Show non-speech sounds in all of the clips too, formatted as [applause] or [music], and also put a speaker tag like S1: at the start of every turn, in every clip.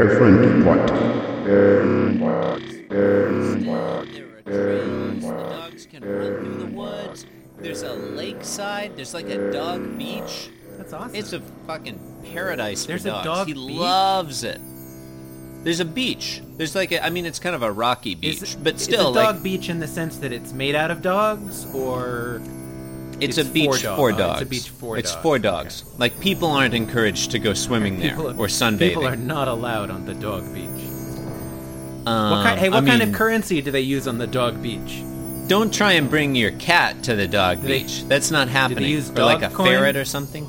S1: Bearfriend what? Bear what?
S2: There
S1: Bear
S2: are trails. The dogs can run through the woods. There's a lakeside. There's like a dog beach.
S3: That's awesome.
S2: It's a fucking paradise
S3: There's
S2: for
S3: a
S2: dogs.
S3: dog
S2: he
S3: beach?
S2: loves it. There's a beach. There's like a, I mean, it's kind of a rocky beach,
S3: Is-
S2: but
S3: is
S2: still,
S3: a dog
S2: like,
S3: beach in the sense that it's made out of dogs, or
S2: it's,
S3: it's
S2: a beach
S3: for
S2: for,
S3: dog- oh, it's a
S2: dogs.
S3: beach for
S2: It's
S3: dogs.
S2: for dogs. Like people aren't encouraged to go swimming there
S3: people are-
S2: or sunbathing.
S3: People are not allowed on the dog beach.
S2: Um,
S3: What kind, hey, what
S2: I
S3: kind of
S2: mean,
S3: currency do they use on the dog beach? [laughs]
S2: Don't try and bring your cat to the dog
S3: Do they-
S2: beach. That's not happening.
S3: use
S2: or like
S3: dog
S2: a
S3: coin?
S2: ferret or something.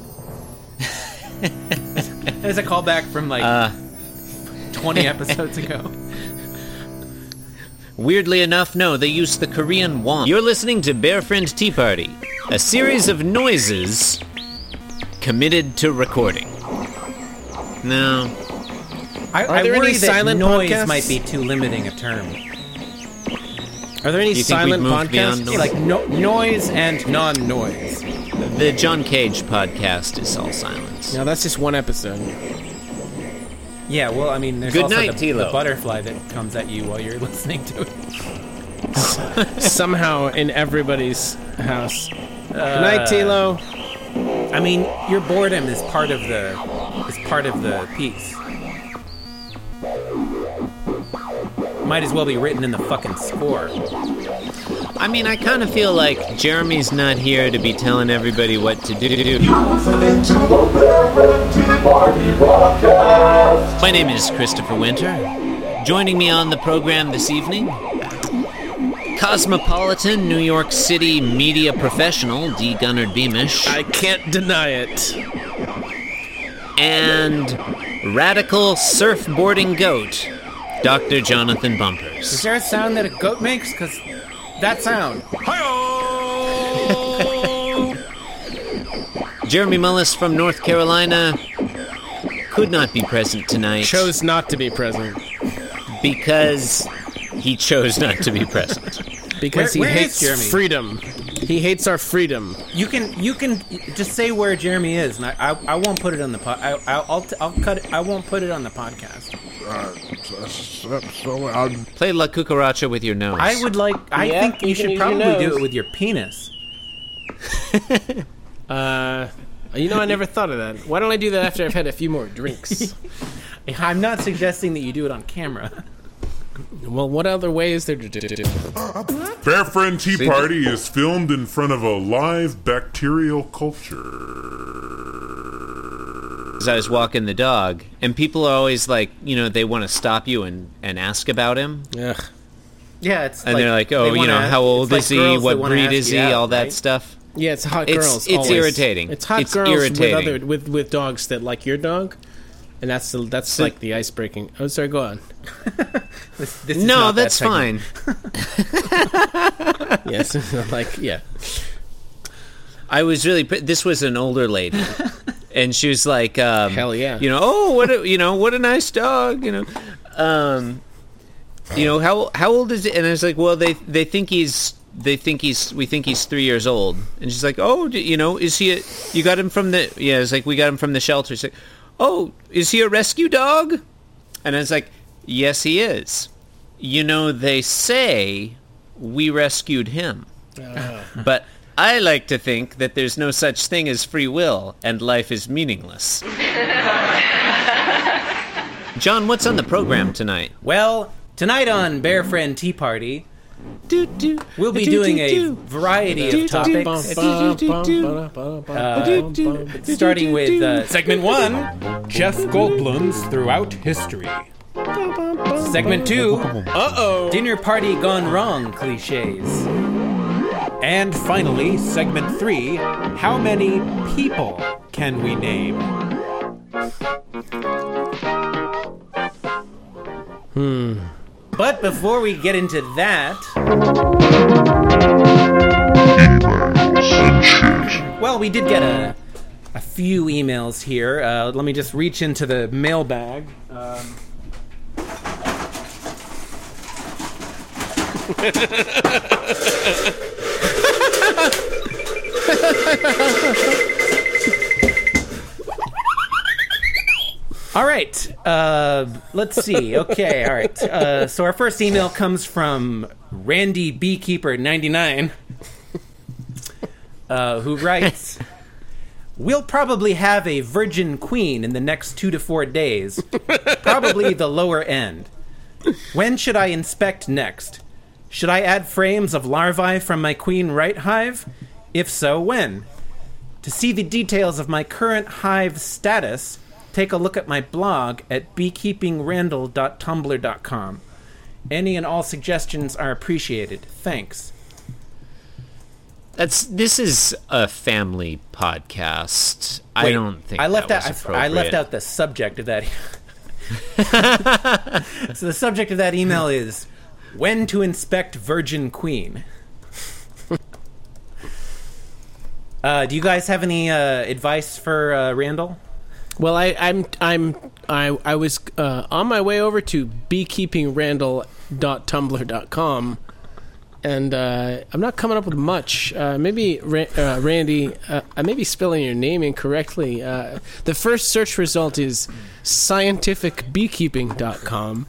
S3: There's a callback from like
S2: Uh, [laughs]
S3: 20 episodes ago.
S2: Weirdly enough, no, they use the Korean won. You're listening to Bear Friend Tea Party, a series of noises committed to recording. No.
S3: I,
S4: Are there
S3: I worry
S4: any
S3: that
S4: silent
S3: noise
S4: podcasts?
S3: might be too limiting a term.
S4: Are there any
S2: You think
S4: silent
S2: we've moved beyond
S4: podcasts?
S2: noise?
S4: Like no- noise and non-noise.
S2: The John Cage podcast is all silence.
S4: Now that's just one episode.
S3: Yeah, well, I mean, there's
S2: Good
S3: also
S2: night,
S3: the, the
S2: Tilo.
S3: butterfly that comes at you while you're [laughs] listening to it.
S4: Somehow in everybody's house. Good night,
S3: Uh,
S4: Tilo.
S3: I mean, your boredom is part of the is part of the piece. Might as well be written in the fucking score.
S2: I mean, I kind of feel like Jeremy's not here to be telling everybody what to do.
S5: listening to the Reverend Tea Party Podcast.
S2: My name is Christopher Winter. Joining me on the program this evening, cosmopolitan New York City media professional D. Gunnard Beamish.
S4: I can't deny it.
S2: and radical surfboarding goat, Dr. Jonathan
S3: Is
S2: Bumpers.
S3: there a sound that a goat makes? Cause that sound.
S2: [laughs] Jeremy Mullis from North Carolina could not be present tonight
S4: Chose not to be present
S2: because he chose not to be present.
S4: because
S3: Where-
S4: he
S3: where is Jeremy?
S4: hates freedom. He hates our freedom.
S3: You can you can just say where Jeremy is, and I I, I won't put it on the pod. I I'll, I'll, t- I'll cut it. I won't put it on the podcast.
S1: Uh, so- so, so I'm
S2: [laughs] Play La Cucaracha with your nose.
S3: I would like. I
S4: Yeah,
S3: think you,
S4: you can
S3: should
S4: use your
S3: probably do
S4: nose.
S3: it with your penis.
S4: Uh, you know, I never thought of that. Why don't I do that after I've had a few more drinks?
S3: I'm not suggesting that you do it on camera.
S4: [laughs]
S3: [laughs]
S4: well, what other way is there to do it?
S6: Bear Friend Tea Party is filmed in front of a live bacterial culture.
S2: As I was walking the dog, and people are always like, you know, they want to stop you and, and ask about him.
S4: Ugh.
S3: Yeah, it's
S2: And they're like, oh, you know, how old is he? What breed is he? all that stuff.
S4: Yeah, it's hot
S2: It's-
S4: girls.
S2: it's
S4: always.
S2: irritating.
S4: It's hot
S2: It's
S4: girls
S2: irritating.
S4: with other with with dogs that like your dog, and that's the that's like the ice breaking. Oh, sorry, go on.
S3: This, this is
S2: No,
S3: not that
S2: that's
S3: segment.
S2: fine.
S4: Yes, [laughs] like yeah.
S2: I was really. pr- This was an older
S4: [laughs]
S2: lady, and she was like, um,
S4: Hell yeah.
S2: you know, oh, what a, you know, what a nice dog, you know, um, you know, how how old is it? And I was like, well, they they think he's they think he's we think he's three years old, and she's like, oh, d- you know, is he? A, you got him from the yeah? It's like we got him from the shelter. She's like, oh, is he a rescue dog? And I was like, yes, he is. You know, they say we rescued him. But I like to think that there's no such thing as free will and life is meaningless. John, what's on the program tonight?
S3: Well, tonight on Bear Friend Tea Party,
S2: Do, do,
S3: we'll be
S2: do,
S3: doing
S2: do,
S3: a
S2: do.
S3: variety
S2: Do,
S3: of
S2: do, do.
S3: topics,
S2: Do, do, do, do,
S3: starting
S2: do,
S3: with
S2: do.
S3: uh,
S4: Segment one: Jeff Goldblum's throughout history.
S3: segment two,
S4: Uh oh.
S3: dinner party gone wrong cliches,
S4: And finally, segment three: How many people can we name?
S3: But before we get into that, well, we did get a a few emails here. Uh, let me just reach into the mailbag. Um, [laughs] All right. Uh, let's see. Okay. All right. Uh, so our first email comes from Randy Beekeeper ninety nine, uh, who writes, "We'll probably have a virgin queen in the next two to four days, probably the lower end. When should I inspect next? Should I add frames of larvae from my queen right hive? If so, when?" To see the details of my current hive status, take a look at my blog at beekeepingrandall.tumblr.com. Any and all suggestions are appreciated. Thanks.
S2: That's this is a family podcast. I
S3: Wait,
S2: don't think
S3: I left
S2: that was
S3: out. I, I left
S2: appropriate.
S3: out the subject
S2: [laughs]
S3: of that. e-, [laughs] so the subject of that email is when to inspect Virgin
S2: [laughs]
S3: Queen. Uh, do you guys have any uh, advice for uh, Randall?
S7: Well, I, I'm I'm I I was uh, on my way over to beekeepingrandall.tumblr.com, and uh, I'm not coming up with much. Uh, maybe Ra- uh, Randy, uh, I may be spelling your name incorrectly. Uh, the first search result is scientificbeekeeping.com,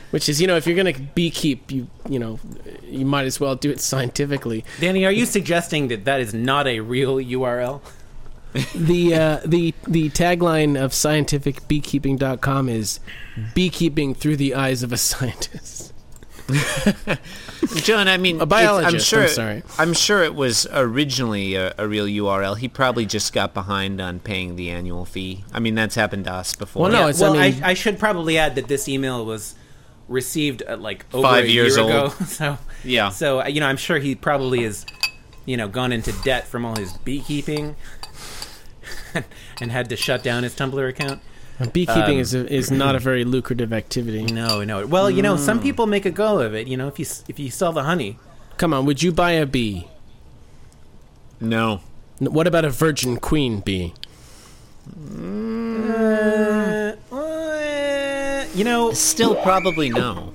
S7: [laughs] which is you know if you're gonna beekeep, you you know you might as well do it scientifically.
S3: Danny, are you suggesting that that is not a real URL?
S7: the uh, the the tagline of scientificbeekeeping.com is beekeeping through the eyes of a [laughs] scientist.
S2: John, I mean,
S7: A
S2: it's- I'm
S7: biologist,
S2: sure.
S7: I'm sorry.
S2: I'm sure it was originally a, a real URL. He probably just got behind on paying the annual fee. I mean, that's happened to us before.
S7: Well, no, it's-
S3: well,
S7: I mean-
S3: I, I should probably add that this email was received at like over
S2: Five
S3: a
S2: years
S3: year
S2: old.
S3: ago. [laughs] So
S2: Yeah.
S3: so uh, you know, I'm sure he probably is, you know, gone into debt from all his beekeeping, [laughs] and had to shut down his Tumblr account.
S7: Um, Beekeeping is a, is not a very lucrative activity.
S3: No, no. Well, you know,
S2: Mm.
S3: some people make a go of it. You know, if you s- if you sell the honey,
S7: Come on, would you buy a bee?
S2: no.
S7: N- What about a virgin queen bee?
S3: uh, you know,
S2: Still, probably no.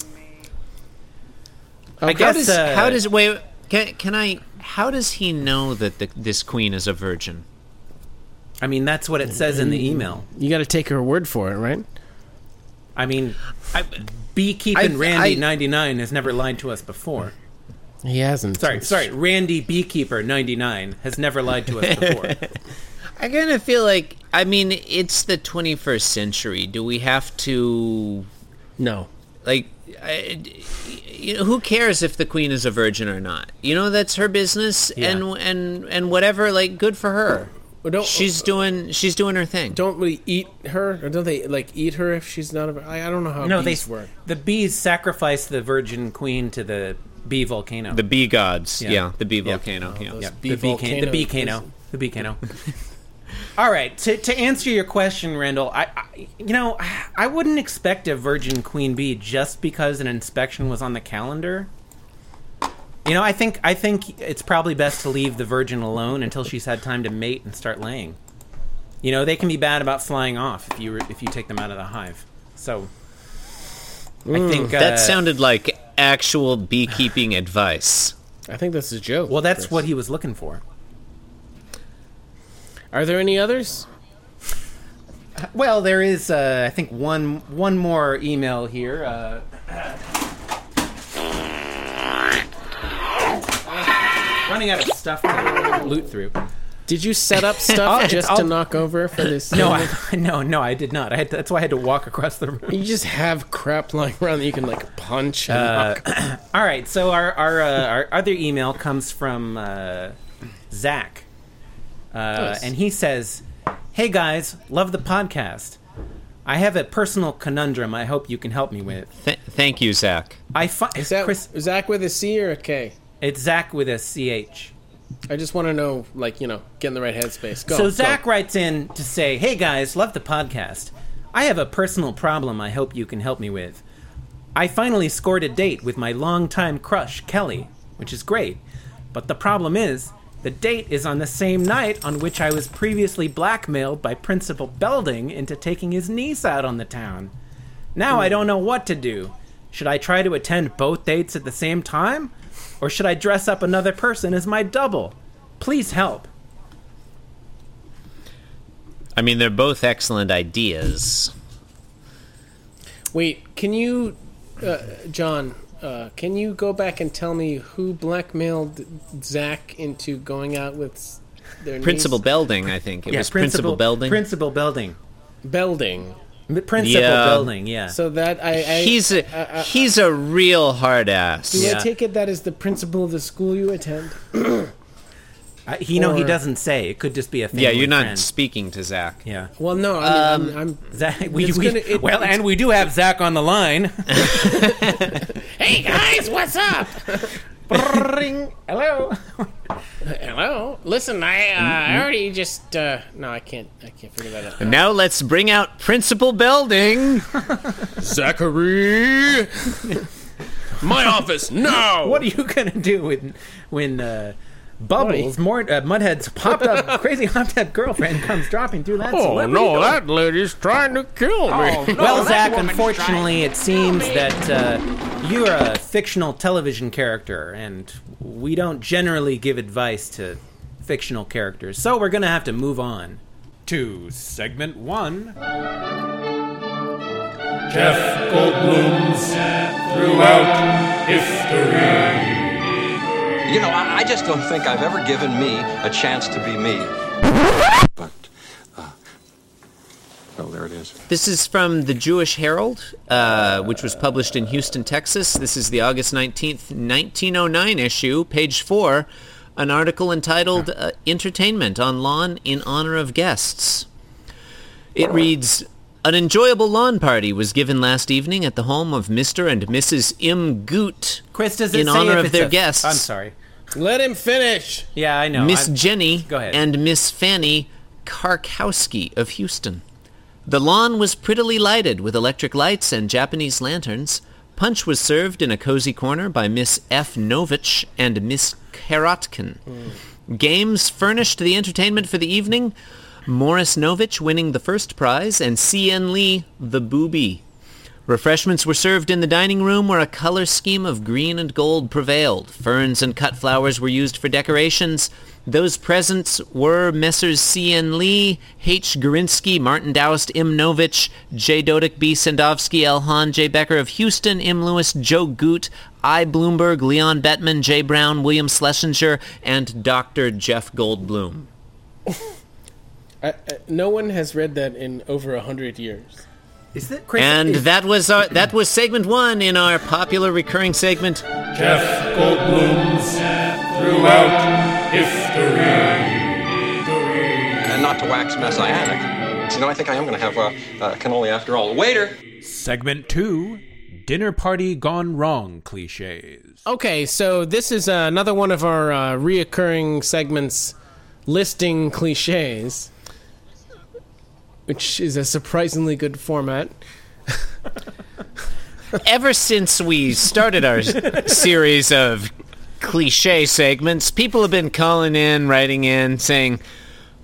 S3: I
S7: Oh,
S2: How
S3: guess
S2: does?
S3: uh,
S2: how does? Wait. Can, can I? How does he know that the, this queen is a virgin?
S3: I mean that's what it says in the email.
S7: you got to take her word for it, right?
S3: I mean,
S2: I,
S3: beekeeping
S2: I-
S3: Randy
S2: I-
S3: ninety nine has never lied to us before.
S7: He hasn't.
S3: Sorry, sorry. Randy Beekeeper ninety nine has never lied to us before.
S2: I kind of feel like. I mean, it's the 21st century. Do we have to
S7: No.
S2: like I, you know, who cares if the queen is a virgin or not you know that's her business and and and whatever like good for her
S7: Well, don't-
S2: she's doing she's doing her thing
S7: Don't we eat her? Or don't they like eat her if she's not a? I, I don't know how
S3: no, they
S7: bees work.
S3: the bees sacrifice the virgin queen to the bee volcano.
S2: the bee gods
S3: Yeah.
S2: yeah, the bee volcano yeah,
S7: Oh, those
S3: the bee can- the bee cano.
S7: is-
S3: The bee cano. All right. To, to answer your question, Randall, I, I you know I wouldn't expect a virgin queen bee just because an inspection was on the calendar. You know, I think I think it's probably best to leave the virgin alone until she's had time to mate and start laying. You know, they can be bad about flying off if you if you take them out of the hive. So I think uh,
S2: that sounded like actual beekeeping advice
S7: I think that's a joke.
S3: well. That's
S7: Chris.
S3: what he was looking for.
S7: Are there any others?
S3: Well, there is, uh, I think, one one more email here. Uh, running out of stuff to loot through.
S7: Did you
S3: [laughs]
S7: set up stuff
S3: I'll-
S7: just to
S3: I'll-
S7: knock over for this?
S3: No, I, [laughs] no, no, I did not. I had to, that's why I had to walk across the room.
S7: You just have crap [laughs] lying around that you can like punch. And
S3: Uh,
S7: knock.
S3: All right, so our our, uh, our other email comes from uh, Zach, uh,
S7: Nice.
S3: and he says, "Hey guys, love the podcast. I have a personal conundrum. I hope you can help me with.
S2: Th- thank you zach
S3: I fi-
S7: Is that
S3: Chris,
S7: Zach with a C or a K?
S3: it's Zach with a ch."
S7: I just want to know, like you know, get in the right headspace. Go.
S3: So
S7: go.
S3: Zach writes in to say, "Hey guys, love the podcast. I have a personal problem. I hope you can help me with. I finally scored a date with my longtime crush Kelly, which is great. But the problem is, the date is on the same night on which I was previously blackmailed by Principal Belding into taking his niece out on the town. Now
S7: Hmm.
S3: I don't know what to do. Should I try to attend both dates at the same time, or should I dress up another person as my double? Please help."
S2: I mean, they're both excellent ideas.
S7: Wait, can you, uh, John? Uh, can you go back and tell me who blackmailed Zach into going out with s- their niece?
S2: Principal Belding, I think it
S3: Yeah,
S2: was Principal, Belding.
S3: Principal Belding.
S7: Belding?
S3: M- Principal
S2: Yeah.
S3: Belding, yeah.
S7: So that I, I
S2: he's a
S3: uh,
S7: I- I-
S2: he's a real hard ass.
S7: do
S3: Yeah.
S7: I take it that is the principal of the school you attend?
S3: I, he no, he
S7: or-
S3: doesn't say. It could just be a family
S2: Yeah, you're not
S3: friend.
S2: speaking to Zach.
S3: yeah.
S7: Well, no, I
S3: Um,
S7: mean, I'm, I'm
S3: Zach, we,
S7: It's
S3: we-
S7: gonna- it-
S4: Well,
S7: it's-
S4: and we do have Zach on
S2: [laughs]
S4: the line.
S7: Hey guys, what's up?
S4: Ring. Hello.
S7: Hello. Listen, I uh, I already just uh, no, I can't I can't figure that out.
S2: Now let's bring out Principal
S3: [laughs]
S2: Belding.
S7: Zachary, my office now.
S3: What are you gonna do when when uh, Bubbles, Mort, uh, Mudhead's popped up,
S7: [laughs]
S3: crazy hopped up girlfriend comes dropping through that.
S7: Oh
S3: celebrity
S7: no,
S3: door?
S7: that lady's trying to kill me.
S3: well, Zach, unfortunately, it seems that uh, you're a fictional television character, and we don't generally give advice to fictional characters, so we're gonna have to move on.
S4: To segment one.
S8: You know, I, I just don't think I've ever given me a chance to be me. But, uh, oh, there it is.
S2: This is from the Jewish Herald, uh, which was published in Houston, Texas. This is the August 19th, 1909 issue, page 4, an article entitled uh, Entertainment on Lawn in Honor of Guests. It reads, An enjoyable lawn party was given last evening at the home of Mr. and Mrs. Im Goot
S3: Chris, does it
S2: in
S3: say
S2: honor
S3: if
S2: of
S3: it's
S2: their
S3: a-
S2: guests.
S3: I'm sorry.
S7: Let him finish.
S3: Yeah, I know.
S2: Miss
S3: I'm-
S2: Jenny
S3: Go ahead.
S2: and Miss Fanny Karkowski of Houston. The lawn was prettily lighted with electric lights and Japanese lanterns. Punch was served in a cozy corner by Miss F. Novich and Miss Karotkin. Games furnished the entertainment for the evening, Morris Novich winning the first prize and C.N. Lee the booby. Refreshments were served in the dining room where a color scheme of green and gold prevailed. Ferns and cut flowers were used for decorations. Those presents were Messrs. C. N. Lee, H. Gorinsky, Martin Doust, M. Novich, J. Dodick, B. Sandovsky, L. Hahn, J. Becker of Houston, M. Lewis, Joe Goot, I. Bloomberg, Leon Bettman, J. Brown, William Schlesinger, and Dr. Jeff Goldblum.
S7: I, I, no one has read that in over a hundred years.
S3: Is that Chris?
S2: And that was our that was segment one in our popular recurring segment,
S8: And not to wax messianic. You know, I think I am going to have uh, uh, cannoli after all. Waiter!
S4: Segment two. Dinner party gone wrong cliches.
S7: Okay, so this is uh, another one of our uh, reoccurring segments, listing cliches, which is a surprisingly good format.
S2: ever since we started our series of cliche segments, people have been calling in, writing in, saying,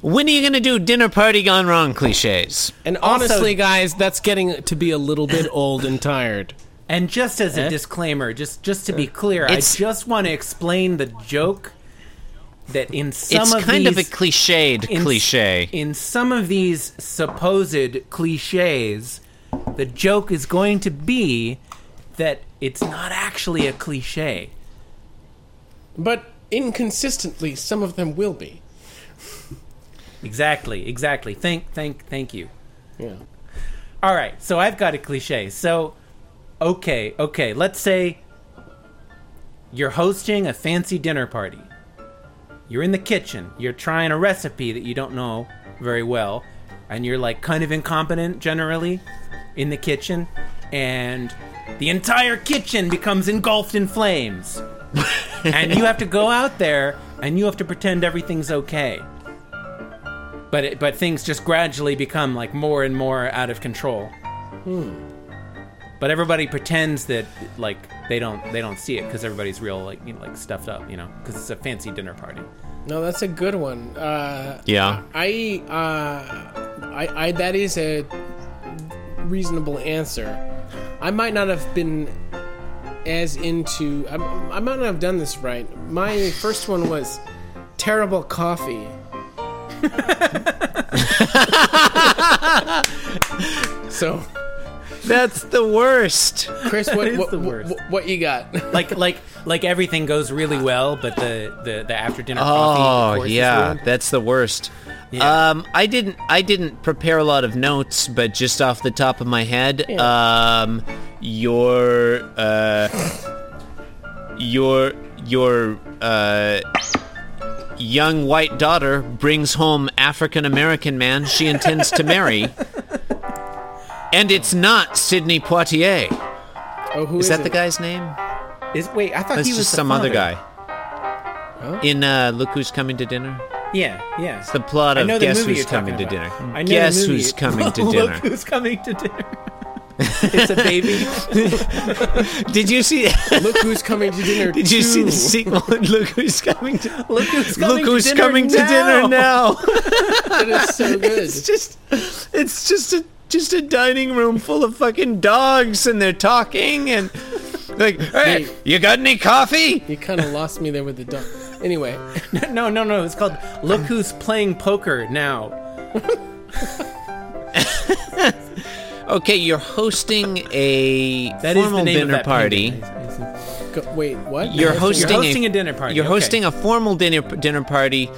S2: "When are you going to do dinner party gone wrong cliches?"
S7: And honestly, guys, that's getting to be a little [coughs] bit old and tired.
S3: And just as a disclaimer, just just to be clear,
S2: It's-
S3: I just want to explain the joke that in some
S2: It's
S3: of
S2: kind of
S3: these,
S2: a cliched
S3: in-
S2: cliche.
S3: in some of these supposed cliches, the joke is going to be that it's not actually a cliche.
S7: But inconsistently, some of them will be.
S3: Exactly, exactly. Thank, thank, thank you.
S7: Yeah.
S3: All right, so I've got a cliche. So, okay, okay, let's say you're hosting a fancy dinner party. You're in the kitchen, you're trying a recipe that you don't know very well, and you're like kind of incompetent generally in the kitchen, and the entire kitchen becomes engulfed in flames. and you have to go out there and you have to pretend everything's okay but it, but things just gradually become like more and more out of control. Hmm. But everybody pretends that like they don't they don't see it because everybody's real like you know, like stuffed up, you know, because it's a fancy dinner party.
S7: No, that's a good one. Uh,
S2: yeah.
S7: I, uh, I, I, that is a reasonable answer. I might not have been as into. I, I might not have done this right. My first one was terrible coffee. [laughs] So,
S2: That's the worst.
S7: Chris, what
S3: is
S7: what,
S3: the
S7: what-
S3: worst.
S7: what- what you got?
S3: like like like everything goes really well, but the the, the after dinner coffee. of
S2: Oh
S3: course, is
S2: yeah,
S3: ruined.
S2: that's the worst. Um, I didn't I didn't prepare a lot of notes, but just off the top of my head, um, your uh, your your uh, young white daughter brings home African American man she intends to
S3: [laughs]
S2: marry, and it's not Sidney Poitier.
S7: Oh, who
S2: Is that the
S7: it?
S2: guy's name?
S3: Is, wait, I thought
S2: That's
S3: he was
S2: just
S3: the
S2: some other
S3: father. Oh.
S2: guy. In uh, look who's coming to dinner.
S3: Yeah, yeah.
S2: The plot
S3: I
S2: of
S3: know the
S2: Guess
S3: movie
S2: Who's
S3: you're talking
S2: Coming to Dinner.
S3: about. I know the
S2: Guess
S3: movie.
S2: Who's
S3: [laughs]
S2: Coming to
S3: Look
S2: Dinner.
S3: who's coming to dinner. [laughs] it's a
S2: [laughs]
S3: baby.
S2: Did you see?
S7: Look who's coming to dinner.
S2: [laughs] Did you see
S7: too.
S2: the sequel? [laughs] Look who's coming to.
S3: Look who's coming
S2: Look who's
S3: to dinner
S2: coming to dinner now!
S7: [laughs]
S2: [laughs]
S7: That is so good.
S2: it's just, it's just a just a dining room full of fucking dogs, and they're talking and like, hey,
S7: Hey.
S2: you got any coffee?
S7: you kind of lost me there with the dog. Anyway,
S3: [laughs] no, no, no. It's called Look Who's Playing Poker Now.
S2: Okay, you're hosting a
S3: That is
S2: formal
S3: the name of
S2: dinner
S3: that
S2: party.
S3: painting. I- I see.
S7: go, wait, what?
S2: You're hosting,
S3: hosting a dinner party,
S2: You're
S3: okay.
S2: hosting a formal dinner dinner party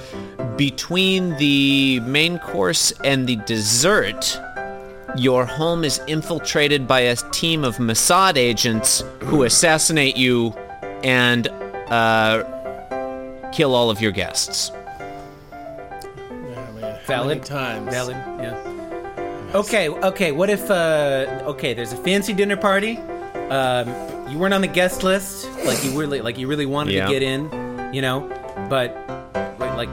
S2: between the main course and the dessert. Your home is infiltrated by a team of Mossad agents who assassinate you and uh, kill all of your guests.
S3: Valid
S7: many times?
S3: Valid. Yeah. Okay. Okay. What if? uh Okay. There's a fancy dinner party. Um, you weren't on the guest list. Like you really, like you really wanted
S2: Yeah.
S3: to get in. You know, but but, like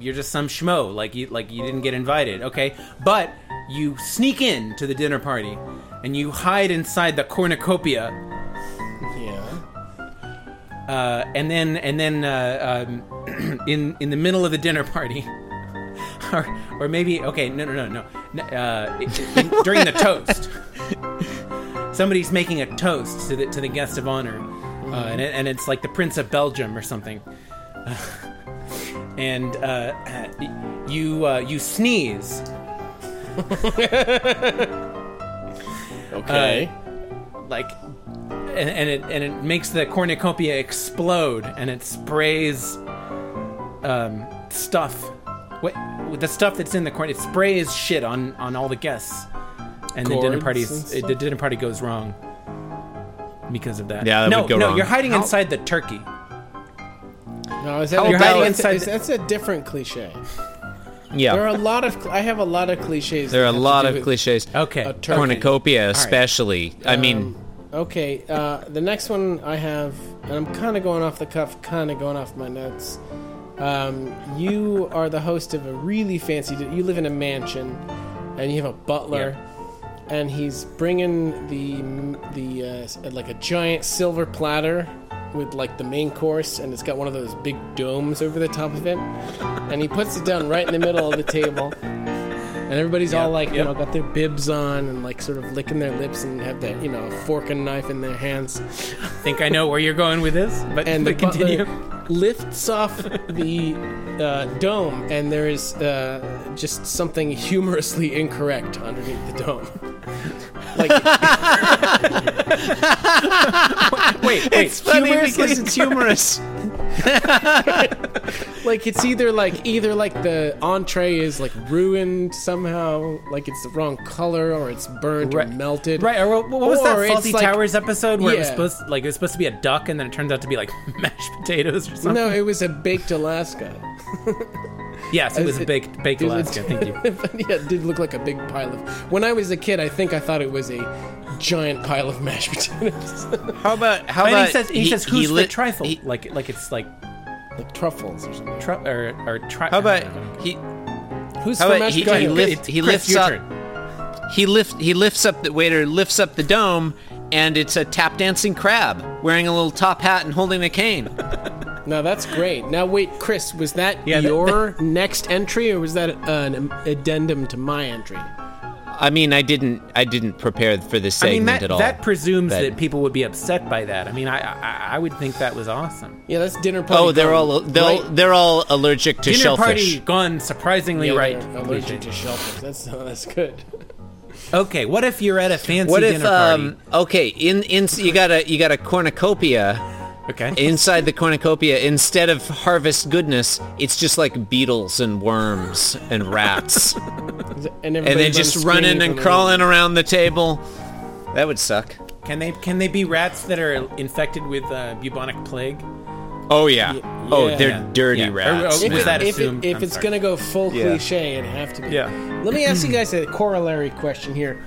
S3: you're just some schmo. Like you, like you didn't get invited. Okay. But you sneak in to the dinner party, and you hide inside the cornucopia
S7: Yeah.
S3: uh, and then and then uh, um, [clears throat] in in the middle of the dinner party, [laughs] or or maybe okay, no no no no, N- uh, i- i- during the toast, somebody's making a toast to the to the guest of honor,
S7: Mm-hmm.
S3: uh, and it, and it's like the Prince of Belgium or something, [laughs] and uh, you uh, you sneeze.
S7: Okay.
S3: like and, and it and it makes the cornucopia explode and it sprays um stuff what with the stuff that's in the corn it sprays shit on on all the guests and the dinner
S7: Gourds and
S3: party's
S7: stuff?
S3: the dinner party goes wrong because of that
S2: Yeah, that
S3: no
S2: would go
S3: no
S2: wrong.
S3: you're hiding inside the turkey
S7: no, is that a-
S3: You're hiding
S7: that's-
S3: inside
S7: is-
S3: the-
S7: That's a different cliche.
S2: Yeah,
S7: There are a lot of. cl- I have a lot of cliches.
S2: there are a
S7: that have to
S2: lot
S7: do
S2: of
S7: with-
S2: cliches.
S3: okay
S7: A turkey.
S2: Cornucopia, especially. I mean,
S7: Um, Okay, uh, the next one I have, and I'm kind of going off the cuff, kind of going off my notes. Um, you are the host of a really fancy. di- You live in a mansion, and you have a butler, and he's bringing the the uh, s- like a giant silver platter with like the main course, and it's got one of those big domes over the top of it, and he puts it down right in the middle of the table. And everybody's all like, you know, got their bibs on and like sort of licking their lips and have that, you know, fork and knife in
S3: [laughs]
S7: their hands.
S3: i think i know where you're going with this but,
S7: And the
S3: but continue
S7: butler lifts off the uh, dome, and there is uh, just something humorously incorrect underneath the dome. [laughs] Like
S3: [laughs] wait wait
S2: it's funny
S7: humorous
S2: because
S7: is-
S3: [laughs]
S2: it's humorous.
S7: like it's either like either like the entree is like ruined somehow, like it's the wrong color or it's burned
S3: Right.
S7: or melted.
S3: Right, or what what was
S7: Or
S3: that
S7: it's
S3: Faulty
S7: like-
S3: Towers episode where it was
S7: Yeah.
S3: supposed like it was supposed to be a duck and then it turns out to be like [laughs] mashed potatoes or something?
S7: No, it was a baked Alaska.
S3: yes, it was
S7: Is
S3: a
S7: it-
S3: baked baked
S7: is it-
S3: Alaska. Thank
S7: [laughs]
S3: you.
S7: yeah, it did look like a big pile of. When I was a kid, I think I thought it was a giant pile of mashed potatoes,
S2: How about how
S3: And
S2: about
S3: he says he, says who's the trifle?
S2: he-
S3: like like it's like
S7: [laughs] like truffles or something.
S3: tru- or or tri-
S2: how about he
S7: Who's
S2: How
S7: for
S2: about
S7: mashed
S2: he-
S3: Go ahead,
S7: potatoes?
S2: lift-
S3: it's
S2: he
S3: Chris,
S2: lifts
S3: your
S2: up-
S3: turn.
S2: he lift he lifts up the waiter lifts up the dome and it's a tap dancing crab wearing a little top hat and holding a cane
S7: Now that's great. Now wait, Chris, was that
S3: Yeah, that-
S7: your next entry or was that an addendum to my entry?
S2: [laughs] I mean, I didn't. I didn't prepare for this
S3: I
S2: segment
S3: mean, that,
S2: at all.
S3: that presumes
S2: But-
S3: that people would be upset by that. I mean, I, I, I would think that was awesome.
S7: Yeah, that's dinner party.
S2: oh, they're
S7: gone
S2: all they're, all-
S7: right-
S2: they're all allergic to
S3: Dinner
S2: shellfish.
S3: party gone surprisingly
S7: yeah, they're
S3: right.
S7: Allergic to shellfish. That's that's good. [laughs]
S3: Okay, what if you're at a fancy
S2: What if?
S3: dinner party?
S2: Um, okay, in in you got a you got a cornucopia.
S3: okay.
S2: Inside the cornucopia, instead of harvest goodness, it's just like beetles and worms and
S3: [laughs]
S2: rats,
S7: And,
S2: and then just running and crawling around the table. That would suck.
S3: Can they can they be rats that are infected with uh, bubonic plague?
S2: Oh yeah. Oh, they're
S3: yeah,
S2: dirty
S3: yeah.
S2: rats.
S3: Or- or-
S7: If,
S2: man.
S3: Was that
S7: if,
S3: assumed?
S7: if
S3: I'm
S7: it's
S3: sorry.
S7: gonna go full cliche, it'd have to be.
S3: Yeah.
S7: Let me ask you guys a corollary question here.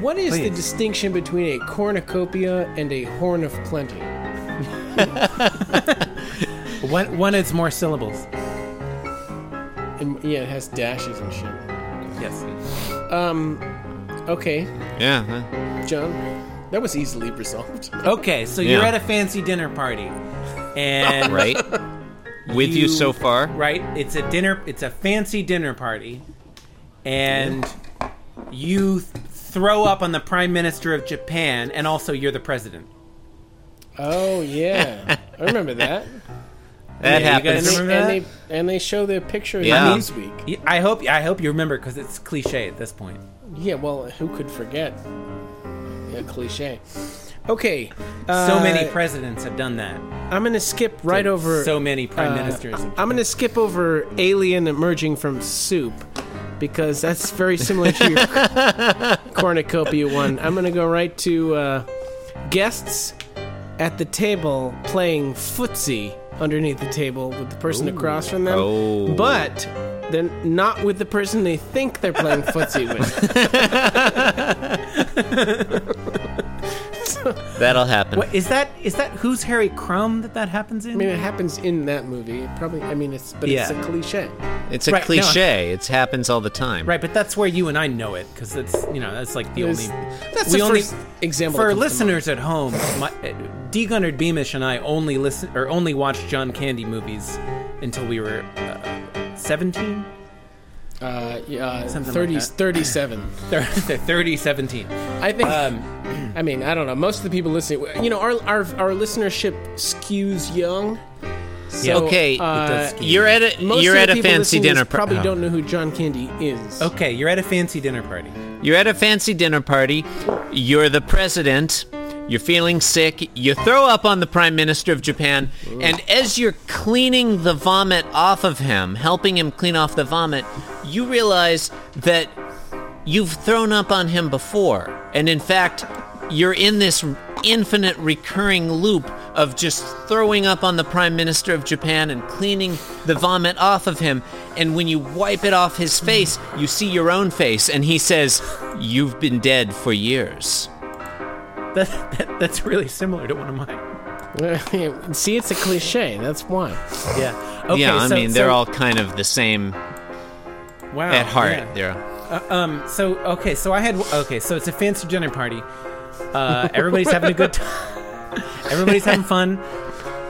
S7: What is the distinction between a cornucopia and a horn of plenty?
S3: One one is more syllables.
S7: And, yeah, it has dashes and shit.
S3: Yes.
S7: Okay,
S2: yeah. huh.
S7: John, that was easily resolved.
S3: Okay, so you're
S2: Yeah.
S3: at a fancy dinner party,
S2: [laughs]
S3: and
S2: Right. With you
S3: You-
S2: so far.
S3: right, it's a dinner, it's a fancy dinner party, and you th- throw up on the prime minister of Japan, and also you're the president.
S7: Oh yeah,
S2: [laughs]
S7: I remember that.
S2: That
S3: Yeah, you guys
S7: And
S2: happens.
S7: they,
S3: Remember that?
S7: and they and they show the picture in
S2: Yeah.
S7: Newsweek.
S3: Y- I hope I hope you remember because it's cliche at this point.
S7: Yeah, well, who could forget? A cliche. Okay, uh,
S3: so many presidents have done that.
S7: I'm gonna skip right over.
S3: so many prime
S7: uh,
S3: ministers. have
S7: I'm gonna skip over alien emerging from soup because that's very similar to your
S3: [laughs]
S7: cornucopia one. I'm gonna go right to uh, guests at the table playing footsie underneath the table with the person across from them,
S2: Oh.
S7: but they're not with the person they think they're playing footsie with.
S2: That'll happen.
S3: What is that? Is that who's Harry Crumb that that happens in?
S7: I mean, it happens in that movie. It probably, I mean, it's but it's
S3: Yeah.
S7: a cliche.
S2: It's a
S3: Right, no.
S2: cliche. It happens all the time.
S3: right, but that's where you and I know it because it's you know that's like the
S7: There's-
S3: only.
S7: that's
S3: we
S7: the
S3: only,
S7: first example that
S3: for
S7: comes to
S3: listeners at home. My, D. Gunnard Beamish and I only listen or only watched John Candy movies until we were seventeen.
S7: Uh, yeah, uh,
S3: Something like
S7: 30,
S3: that.
S7: 37.
S3: [laughs] 30, 17.
S7: I think.
S3: Um,
S7: um, I mean, I don't know. Most of the people listening, you know, our our, our listenership skews young. So,
S2: Okay.
S7: uh,
S2: You're at a
S7: most
S2: you're
S7: of
S2: at
S7: the
S2: a
S7: people
S2: fancy
S7: listening to
S2: dinner
S7: this probably
S2: par- oh.
S7: don't know who John Candy is.
S3: Okay, you're at a fancy dinner party.
S2: You're at a fancy dinner party. You're the president. You're feeling sick. You throw up on the prime minister of Japan, and as you're cleaning the vomit off of him, helping him clean off the vomit, you realize that you've thrown up on him before. And in fact, you're in this infinite recurring loop of just throwing up on the Prime Minister of Japan and cleaning the vomit off of him. And when you wipe it off his face, you see your own face, and he says, You've been dead for years.
S3: That, that that's really similar to one of mine.
S7: [laughs] See, it's a cliche. That's why.
S3: Yeah. Okay,
S2: yeah, I
S3: so-
S2: mean, they're
S3: so-
S2: all kind of the same
S3: wow,
S2: at heart.
S3: yeah.
S2: They're,
S3: Um. So okay. So I had. Okay. So it's a fancy dinner party. Uh, everybody's having a good time. [laughs] Everybody's having fun.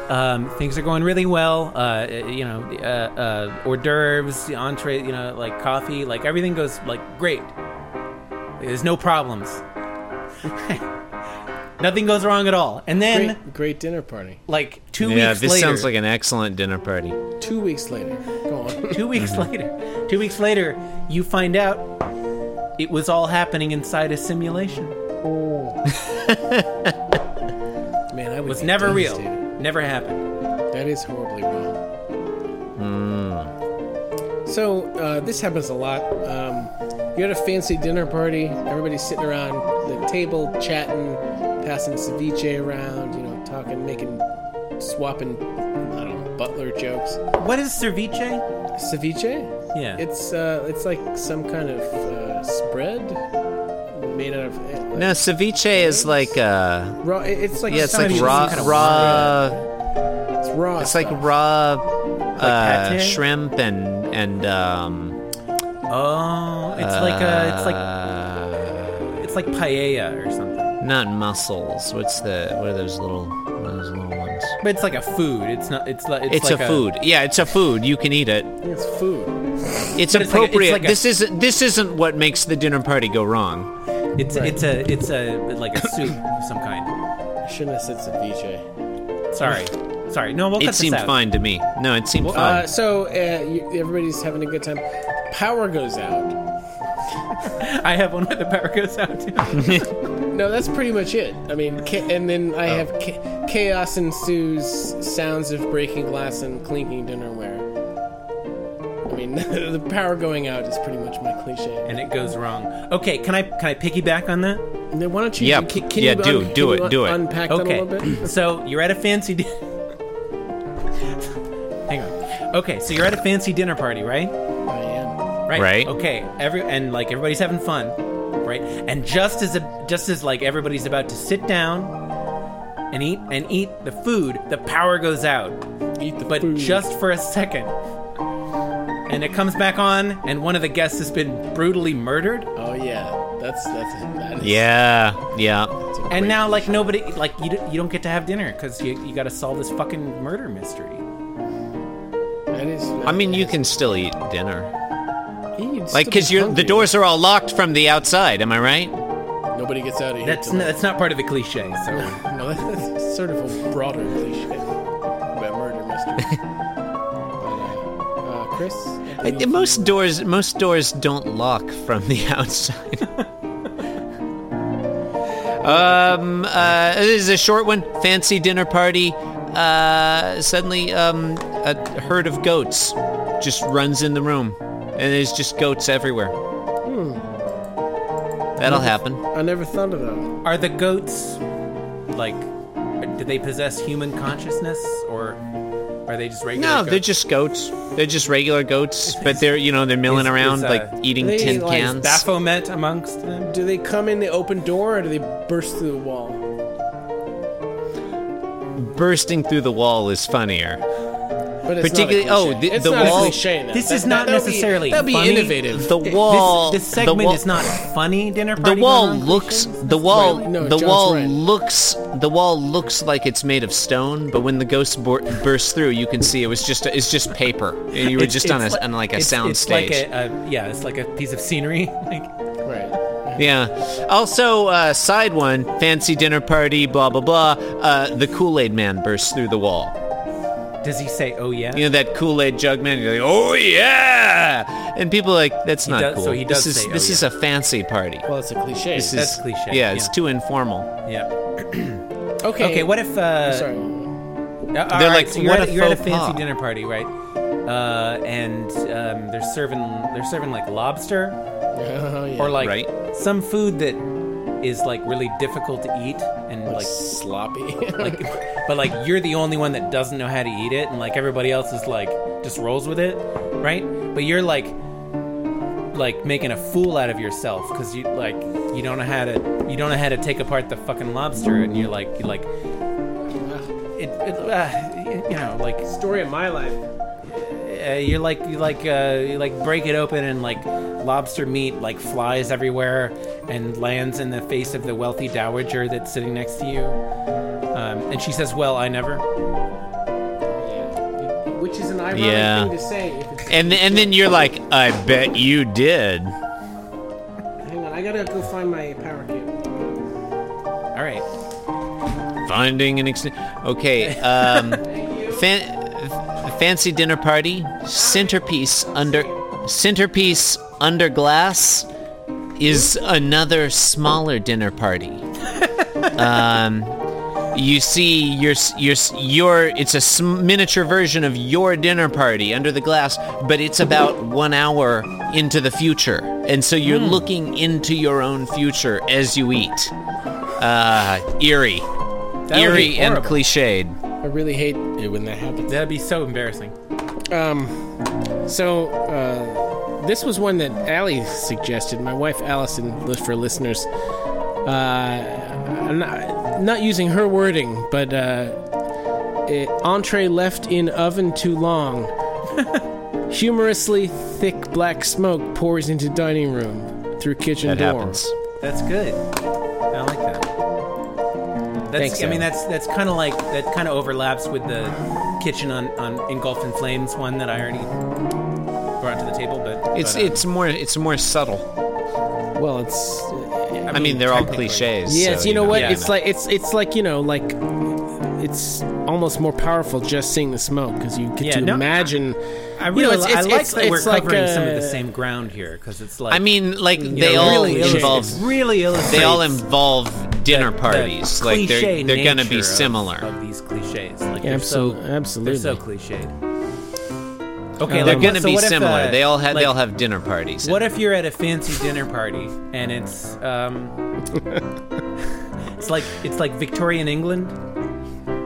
S3: Um, things are going really well. Uh, you know, uh, uh, hors d'oeuvres, the entree. You know, like coffee. Like everything goes like great. There's no problems. [laughs] Nothing goes wrong at all. And then,
S7: Great, great dinner party.
S3: like two
S2: yeah,
S3: weeks
S2: this
S3: later,
S2: sounds like an excellent dinner party.
S7: Two weeks later. Go on.
S2: [laughs]
S3: two weeks
S2: Mm-hmm.
S3: later, two weeks later, you find out it was all happening inside a simulation.
S7: Man, I would
S3: was
S7: be
S3: never real.
S7: devastated.
S3: Never happened.
S7: That is horribly wrong.
S2: Hmm.
S7: So uh, this happens a lot. Um, you're at a fancy dinner party. Everybody's sitting around the table, chatting, passing ceviche around. You know, talking, making, swapping, I don't know, butler jokes.
S3: What is ceviche?
S7: Ceviche?
S3: Yeah.
S7: It's uh, it's like some kind of uh, spread made out of eh, like
S2: No, ceviche is like, uh,
S7: raw. it- It's like
S2: yeah, it's
S7: some-
S2: like
S3: Sometimes
S2: raw,
S3: it's kind of
S2: raw.
S7: It's raw.
S2: It's like
S7: stuff.
S2: raw uh,
S3: pate?
S2: shrimp and and um,
S3: oh, it's like a, it's like
S2: uh,
S3: it's like paella or something.
S2: not mussels. What's the what are those little what are those little ones?
S3: But it's like a food. It's not. It's like it's,
S2: It's,
S3: like
S2: a food. Yeah, it's a food. You can eat it.
S7: It's food.
S2: It's
S3: But it's like a- it's
S2: appropriate.
S3: like a-
S2: this isn't this isn't what makes the dinner party go wrong.
S3: It's it's a it's a like a soup of some kind.
S7: I shouldn't have said ceviche.
S3: Sorry, sorry. No, we'll cut
S2: It
S3: this
S2: seemed
S3: out.
S2: fine to me. No, it seemed fine.
S7: Uh, so uh, you, everybody's having a good time. Power goes out.
S3: I have one where the power goes out. Too.
S7: No, that's pretty much it. I mean, ca- and then I
S2: Oh.
S7: have ca- chaos ensues, sounds of breaking glass and clinking dinnerware. I mean, [laughs] the power going out is pretty much my cliche.
S3: and it goes wrong. Okay, can I can I piggyback on that?
S7: And then why don't you?
S2: Yeah,
S7: ca- can,
S2: yeah,
S7: you
S2: do-
S7: un-
S2: do
S7: can
S2: it,
S7: you
S2: do it.
S7: Unpack
S3: Okay.
S7: that a little
S2: [clears throat]
S7: bit.
S3: so you're at a fancy di- [laughs] Hang on. Okay, so you're at a fancy dinner party, right?
S7: I am.
S3: Right.
S2: Right.
S3: Okay. Every and like everybody's having fun, right? And just as a, just as like everybody's about to sit down and eat and eat the food, the power goes out.
S7: Eat the
S3: but
S7: food.
S3: just for a second. And it comes back on, and one of the guests has been brutally murdered.
S7: Oh yeah, that's that's that is,
S2: yeah, yeah.
S7: that's a
S3: And
S7: great-
S3: now, like nobody, like you, don't- you don't get to have dinner because you, you got to solve this fucking murder mystery.
S7: that is,
S2: I mean, you can still eat dinner,
S7: You'd
S2: like
S7: still
S2: because
S7: be
S2: you're the
S7: hungry.
S2: doors are all locked from the outside. Am I right?
S7: Nobody gets out of here.
S3: That's
S7: till-
S3: n that's not part of the cliche. So
S7: No, [laughs] that's sort of a broader cliche about murder
S2: [laughs]
S7: mystery. but, uh, uh, Chris,
S2: I- most doors most doors don't lock from the [laughs] outside. um, uh, this is a short one. Fancy dinner party. Uh, suddenly, um, a herd of goats just runs in the room, and there's just goats everywhere.
S3: Hmm.
S2: That'll happen.
S7: I never thought of that.
S3: are the goats like? Do they possess human consciousness, or are they just regular?
S2: No,
S3: goats?
S2: they're just goats. They're just regular goats, but they're you know they're milling
S3: Is- is,
S2: around
S3: uh,
S2: like eating
S7: they
S2: tin
S7: like
S2: cans.
S3: Baphomet amongst them.
S7: Do they come in the open door or do they burst through the wall?
S2: Bursting through the wall is funnier.
S7: But it's
S2: Particularly-
S7: not a
S2: oh,
S7: cliche.
S2: the-
S7: it's
S2: the
S7: not
S2: wall-
S7: A cliche now.
S3: This
S7: is
S3: is not necessarily
S7: That'd be
S3: funny.
S7: innovative.
S2: The wall.
S3: This, this
S2: the
S3: segment
S2: wall-
S3: is not funny. Dinner
S2: The
S3: party.
S2: wall
S3: going on?
S2: looks. The wall.
S7: Right. No,
S2: the
S7: John's
S2: wall
S7: right.
S2: looks. The wall looks like it's made of stone, but when the ghost bur- bursts through, you can see it was just. It's just paper. And you were
S3: It's-
S2: just on a
S3: it's
S2: on like a
S3: it's-
S2: sound
S3: it's
S2: stage.
S3: Like a, a, yeah, it's like a piece of scenery. [laughs] Like
S7: Right.
S2: yeah. Also, uh, side one, fancy dinner party, blah blah blah. Uh, the Kool Aid Man bursts through the wall.
S3: does he say, "Oh yeah"?
S2: You know that Kool Aid jug man. You're like, oh yeah, and people are like that's not
S3: does-
S2: cool.
S3: so he does
S2: this is
S3: say, "Oh,
S2: this is
S3: yeah."
S2: a fancy party.
S7: Well, it's a cliche.
S2: this
S3: that's
S2: is
S3: cliche,
S2: Yeah, it's
S3: yeah.
S2: too informal.
S3: yeah.
S7: okay.
S3: Okay, what if uh
S7: Sorry.
S3: Uh, all
S2: They're
S3: right,
S2: like,
S3: so you're,
S2: what
S3: at,
S2: a
S3: you're at a
S2: faux
S3: fancy
S2: pas.
S3: dinner party, right? Uh, and um, they're serving they're serving like lobster
S7: Oh, yeah.
S3: or like
S2: Right.
S3: some food that is like really difficult to eat and like
S7: sloppy.
S2: [laughs]
S7: [laughs]
S3: like but like you're the only one that doesn't know how to eat it and like everybody else is like just rolls with it right but you're like like making a fool out of yourself because you like you don't know how to you don't know how to take apart the fucking lobster and you're like you like it, it uh, you know like
S7: story of my life.
S3: uh, you're like you like uh, you like break it open and like lobster meat like flies everywhere and lands in the face of the wealthy dowager that's sitting next to you um, and she says well i never
S7: Which is an ironic
S2: Yeah.
S7: thing to say. If it's,
S2: And and then you're like, I bet you did.
S7: hang on, I gotta go find my power cable.
S3: all right
S2: Finding an extent. Okay. Um, fan- fancy dinner party. Centerpiece under centerpiece under glass is another smaller dinner
S3: [laughs]
S2: party. um, you see, your s- your s- your it's a sm- miniature version of your dinner party under the glass, but it's about one hour into the future, and so you're
S3: Hmm.
S2: looking into your own future as you eat. Uh, eerie,
S3: would be
S2: eerie and
S3: horrible.
S2: cliched.
S7: I really hate it when that happens.
S3: that'd be so embarrassing
S7: Um, so uh, this was one that Allie suggested. My wife Allison, li- for listeners, uh, I'm not, not using her wording, but uh, it, entree left in oven too long. Humorously thick black smoke pours into dining room through kitchen
S2: That
S7: door.
S2: happens.
S3: that's good i like that that's,
S7: Thanks,
S3: I mean,
S7: Sarah.
S3: that's that's kind of like that kind of overlaps with the kitchen on, on engulfed in flames one that I already brought to the table, but
S2: It's
S3: but, uh,
S2: it's more it's more subtle.
S7: Well, it's
S2: I mean, they're all
S3: technically.
S2: cliches.
S7: yes.
S2: so,
S7: you know what?
S3: yeah, I
S7: it's
S3: know.
S7: like it's it's like you know like it's almost more powerful just seeing the smoke because you get
S3: Yeah,
S7: to
S3: no,
S7: imagine.
S3: I really
S7: it's-
S3: I
S7: it's-
S3: like
S7: it's-
S3: that we're
S7: it's like,
S3: covering some of
S7: uh,
S3: the same ground here because it's like
S2: I mean, like they
S3: know,
S2: all
S7: really illustrates-
S2: involve
S3: it's really illustrates
S2: they all involve dinner
S3: the
S2: parties. like
S3: cliche
S2: they're they're gonna
S3: nature
S2: be
S3: of-
S2: similar.
S3: of, these cliches. Like
S7: Yeah,
S3: they're so-
S7: absolute- absolutely.
S3: they're so cliched. Okay,
S2: they're
S3: like,
S2: gonna
S3: so
S2: be
S3: what if,
S2: similar.
S3: uh,
S2: they all have
S3: like,
S2: they all have dinner parties.
S3: What if you're at a fancy dinner party and
S2: [laughs]
S3: it's um, it's like it's like Victorian England,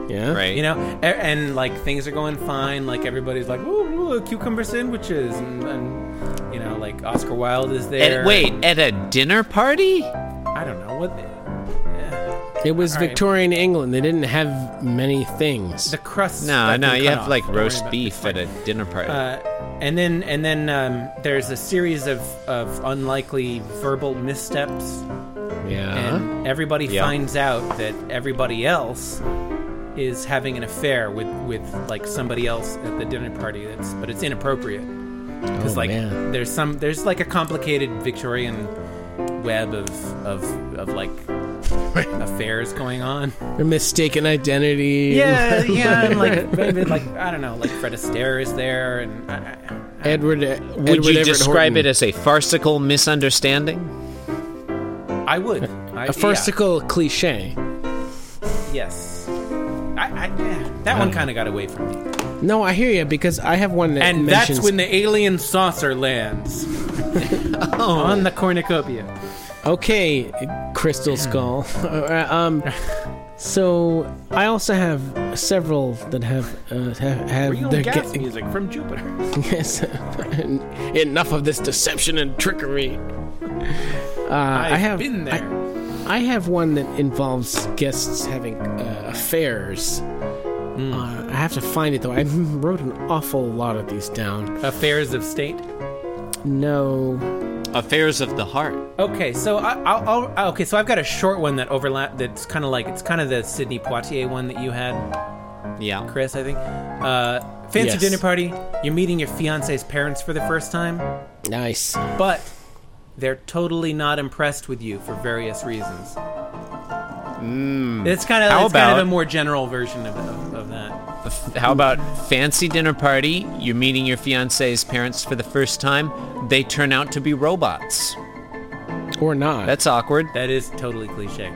S7: Yeah.
S2: right?
S3: you know, A- and like things are going fine, like everybody's like, ooh, ooh, cucumber sandwiches, and, and you know, like Oscar Wilde is there.
S2: At, wait, at a dinner party?
S3: I don't know what the,
S7: It was
S3: right.
S7: Victorian England. They didn't have many things.
S3: the crust.
S2: No,
S3: stuff
S2: no,
S3: and
S2: you
S3: cut
S2: have
S3: off.
S2: like
S3: Don't worry
S2: roast
S3: about it.
S2: beef at a dinner party.
S3: Uh, and then and then um, there's a series of, of unlikely verbal missteps
S7: yeah.
S3: and everybody
S2: Yeah.
S3: finds out that everybody else is having an affair with with like somebody else at the dinner party that's but it's inappropriate because
S7: Oh,
S3: like
S7: man.
S3: there's some there's like a complicated victorian web of of of
S7: [laughs]
S3: like affairs going on
S7: Or mistaken identity. [laughs]
S3: yeah yeah and like maybe like i don't know like fred astaire is there and I, I,
S7: Edward. Would
S2: Would you describe it as a farcical misunderstanding?
S3: I would I,
S7: a farcical cliche?
S3: yeah, yes I, I, yeah, that
S7: Um,
S3: one kind of got away from me
S7: No, I hear you because I have one that
S3: And
S7: mentions.
S3: that's when the alien saucer
S7: [laughs]
S3: lands
S7: Oh.
S3: on the cornucopia.
S7: Okay, Crystal
S3: Hmm.
S7: Skull. [laughs] Uh,
S3: [laughs]
S7: um, so I also have several that have uh, have, have
S3: Real
S7: they're
S3: gas
S7: ge-
S3: music from Jupiter.
S7: [laughs] yes. [laughs] Enough of this deception
S3: [laughs]
S7: and trickery. Uh,
S3: I've
S7: I have
S3: been there.
S7: I, I have one that involves guests having uh, affairs. Uh, I have to find it though. I wrote an awful lot of these down.
S3: Affairs of state.
S7: No,
S2: Affairs of the heart.
S3: Okay, so I, I'll, I'll okay. So I've got a short one that overlap. That's kind of like it's kind of the Sydney Poitier one that you had,
S2: Yeah.
S3: Chris. I think. Uh, fancy
S7: Yes.
S3: dinner party. You're meeting your fiance's parents for the first time,
S7: nice.
S3: but they're totally not impressed with you for various reasons. It's kind of
S2: Hmm. How
S3: it's kind
S2: about-
S3: of a more general version of, of, of that.
S2: How about fancy dinner party? You're meeting your fiance's parents for the first time. They turn out to be robots.
S7: Or not.
S2: That's awkward.
S3: That is totally cliche.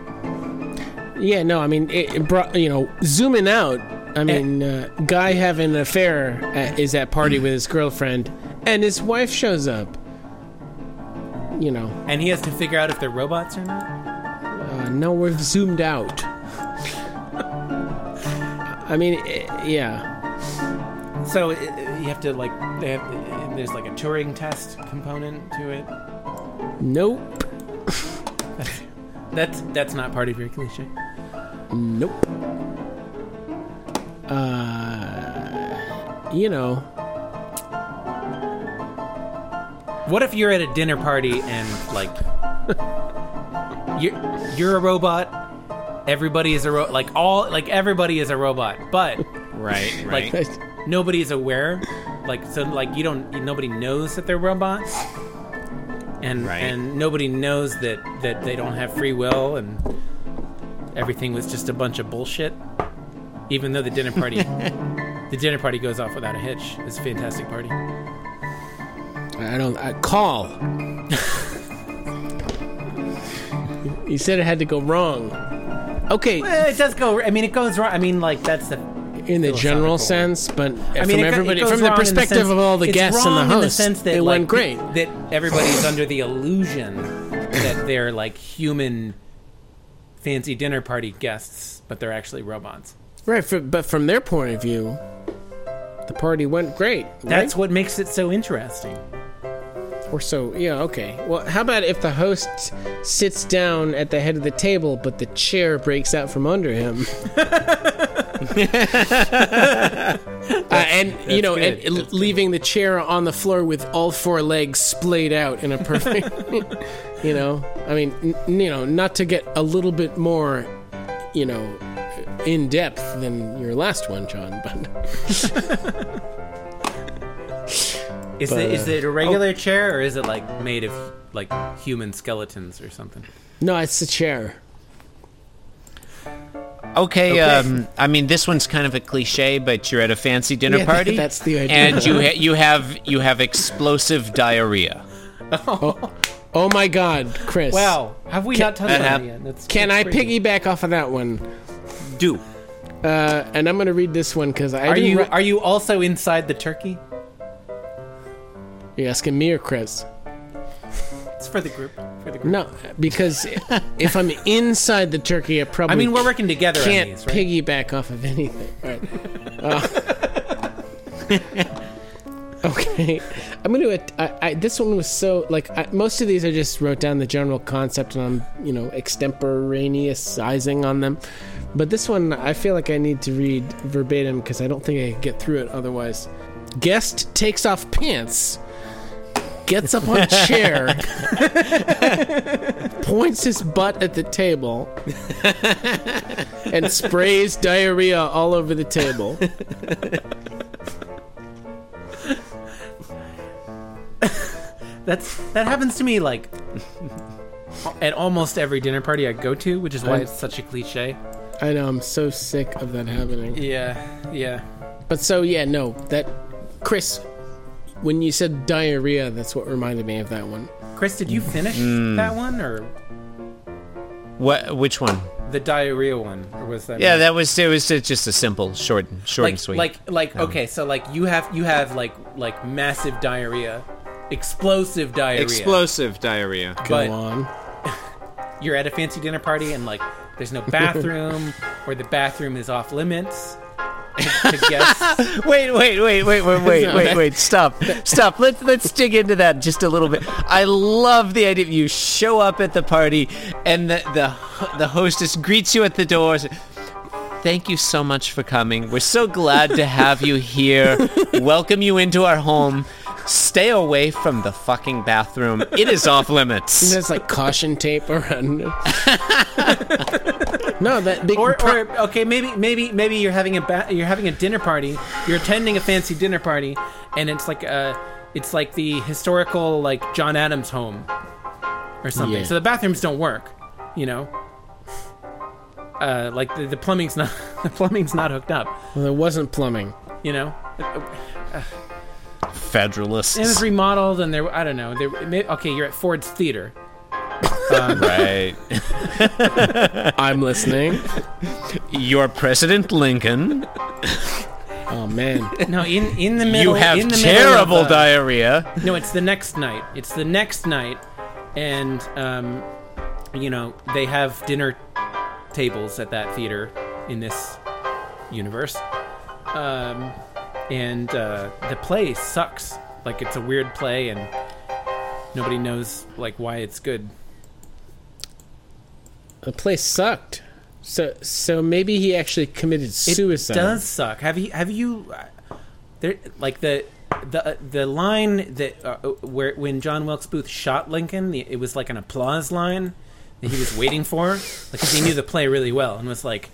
S7: Yeah, no, I mean, it, it brought you know, zooming out. I mean, uh, guy having an affair at, is at party with his girlfriend, and his wife shows up. You know,
S3: And he has to figure out if they're robots or not.
S7: uh, no, we've zoomed out. [laughs] I mean, eh, yeah,
S3: So i- i- you have to like they have, i- there's like a Turing test component to it.
S7: nope,
S3: That's that's not part of your cliche.
S7: nope. Uh, you know,
S3: What if you're at a dinner party and like [laughs] you're you're a robot. Everybody is a ro- like all like everybody is a robot, but
S2: Right,
S3: [laughs] like nobody is aware. Like so, like you don't nobody knows that they're robots, and
S2: Right.
S3: and nobody knows that that they don't have free will and everything was just a bunch of bullshit. Even though the
S2: [laughs]
S3: dinner party, the dinner party goes off without a hitch. It's a fantastic party.
S7: I don't I, call. [laughs] you said it had to go wrong. Okay,
S3: Eh, It does go. I mean, it goes wrong. I mean, like that's the.
S7: in the general
S3: philosophical.
S7: sense, but
S3: I
S7: from
S3: mean, it go- it
S7: everybody,
S3: goes
S7: from the
S3: wrong in
S7: perspective
S3: sense-
S7: of all the
S3: it's
S7: guests and
S3: wrong
S7: the
S3: in
S7: host,
S3: sense that,
S7: it
S3: like,
S7: went great.
S3: That everybody's under the illusion that they're like human fancy dinner party guests, but they're actually robots.
S7: Right, for, but from their point of view, the party went great.
S3: That's what makes it so interesting.
S7: Or so, yeah, okay. Well, how about if the host sits down at the head of the table, but the chair breaks out from under him? [laughs] Uh, and you know, and
S3: good. That's
S7: leaving the chair on the floor with all four legs splayed out in a perfect, [laughs] you know, I mean, n- you know, not to get a little bit more, you know, in depth than your last one, John, but
S3: Is
S7: But,
S3: it is
S7: uh,
S3: it a regular chair or is it like made of like human skeletons or something?
S7: [laughs] No, it's a chair.
S2: Okay, Um, I mean this one's kind of a cliche, but you're at a fancy dinner [laughs]
S7: Yeah,
S2: party.
S7: that's the idea.
S2: And you ha- you have you have explosive diarrhea.
S7: Oh my God, Chris!
S3: Wow, have we not touched
S2: that
S3: on
S2: hap-
S3: it yet? That's-
S7: can
S3: that's
S7: I
S3: crazy.
S7: piggyback off of that one?
S2: Do
S7: Uh, and I'm gonna read this one because I
S3: Are
S7: didn't
S3: you
S7: ri-
S3: are you also inside the turkey?
S7: Are you asking me or Chris?
S3: It's for the group. For the group.
S7: No,
S3: [laughs]
S7: because if I'm inside the turkey, I probably
S3: I mean, we're working together
S7: can't
S3: on these, right?
S7: piggyback off of anything. All right. Uh, [laughs] okay, I'm gonna. At- I, I, this one was so like I, most of these I just wrote down the general concept and I'm you know extemporaneousizing on them, but this one I feel like I need to read verbatim because I don't think I could get through it otherwise. Guest takes off pants, gets up on [laughs] chair, points his butt at the table and sprays diarrhea all over the table.
S3: That's that happens to me like at almost every dinner party I go to, which is why
S7: I'm-
S3: it's such a cliche.
S7: I know I'm so sick of that happening.
S3: Yeah, yeah.
S7: But so yeah, no, that Chris, when you said diarrhea, that's what reminded me of that one.
S3: Chris, did you finish that one or
S2: what? Which one?
S3: the diarrhea one, or was that?
S2: Yeah, that was it. Was just a simple, short, short
S3: like
S2: and sweet.
S3: like like okay, so like you have you have like like massive diarrhea, explosive diarrhea.
S2: explosive diarrhea.
S7: Go
S3: but
S7: on.
S3: you're at a fancy dinner party and like there's no bathroom or the bathroom is off limits [laughs] to, to guests.
S2: Wait, wait, wait, wait, wait,
S3: [laughs]
S2: wait, wait, wait. Stop, stop. Let's let's dig into that just a little bit. I love the idea of you show up at the party and the the ho- the hostess greets you at the door. says, Thank you so much for coming. We're so glad to have you here. Welcome you into our home. Stay away from the fucking bathroom. It is off limits.
S7: There's like caution tape around. it. no, that big.
S3: Or, or okay, maybe maybe maybe you're having a ba- you're having a dinner party. You're attending a fancy dinner party, and it's like a it's like the historical like John Adams home or something.
S7: Yeah.
S3: So the bathrooms don't work, you know. Uh, like the, the plumbing's not [laughs] the plumbing's not hooked up,
S7: well, there wasn't plumbing.
S3: you know. It was
S2: Federalists.
S3: remodeled, and there I don't know. There, may- okay, you're at Ford's Theater.
S2: Right.
S7: I'm listening.
S2: Your President Lincoln.
S7: Oh man,
S3: No, in in the middle.
S2: You have
S3: in the middle of,
S2: terrible
S3: uh,
S2: diarrhea.
S3: No, it's the next night. It's the next night, and um, you know they have dinner tables at that theater in this universe, um, and uh, the play sucks. Like it's a weird play, and nobody knows like why it's good.
S7: the place sucked. So so maybe he actually committed suicide.
S3: It does suck. Have you have you uh, there like the the uh, the line that uh, where when John Wilkes Booth shot Lincoln, the- it was like an applause line that he was waiting for, like 'cause he knew the play really well and was like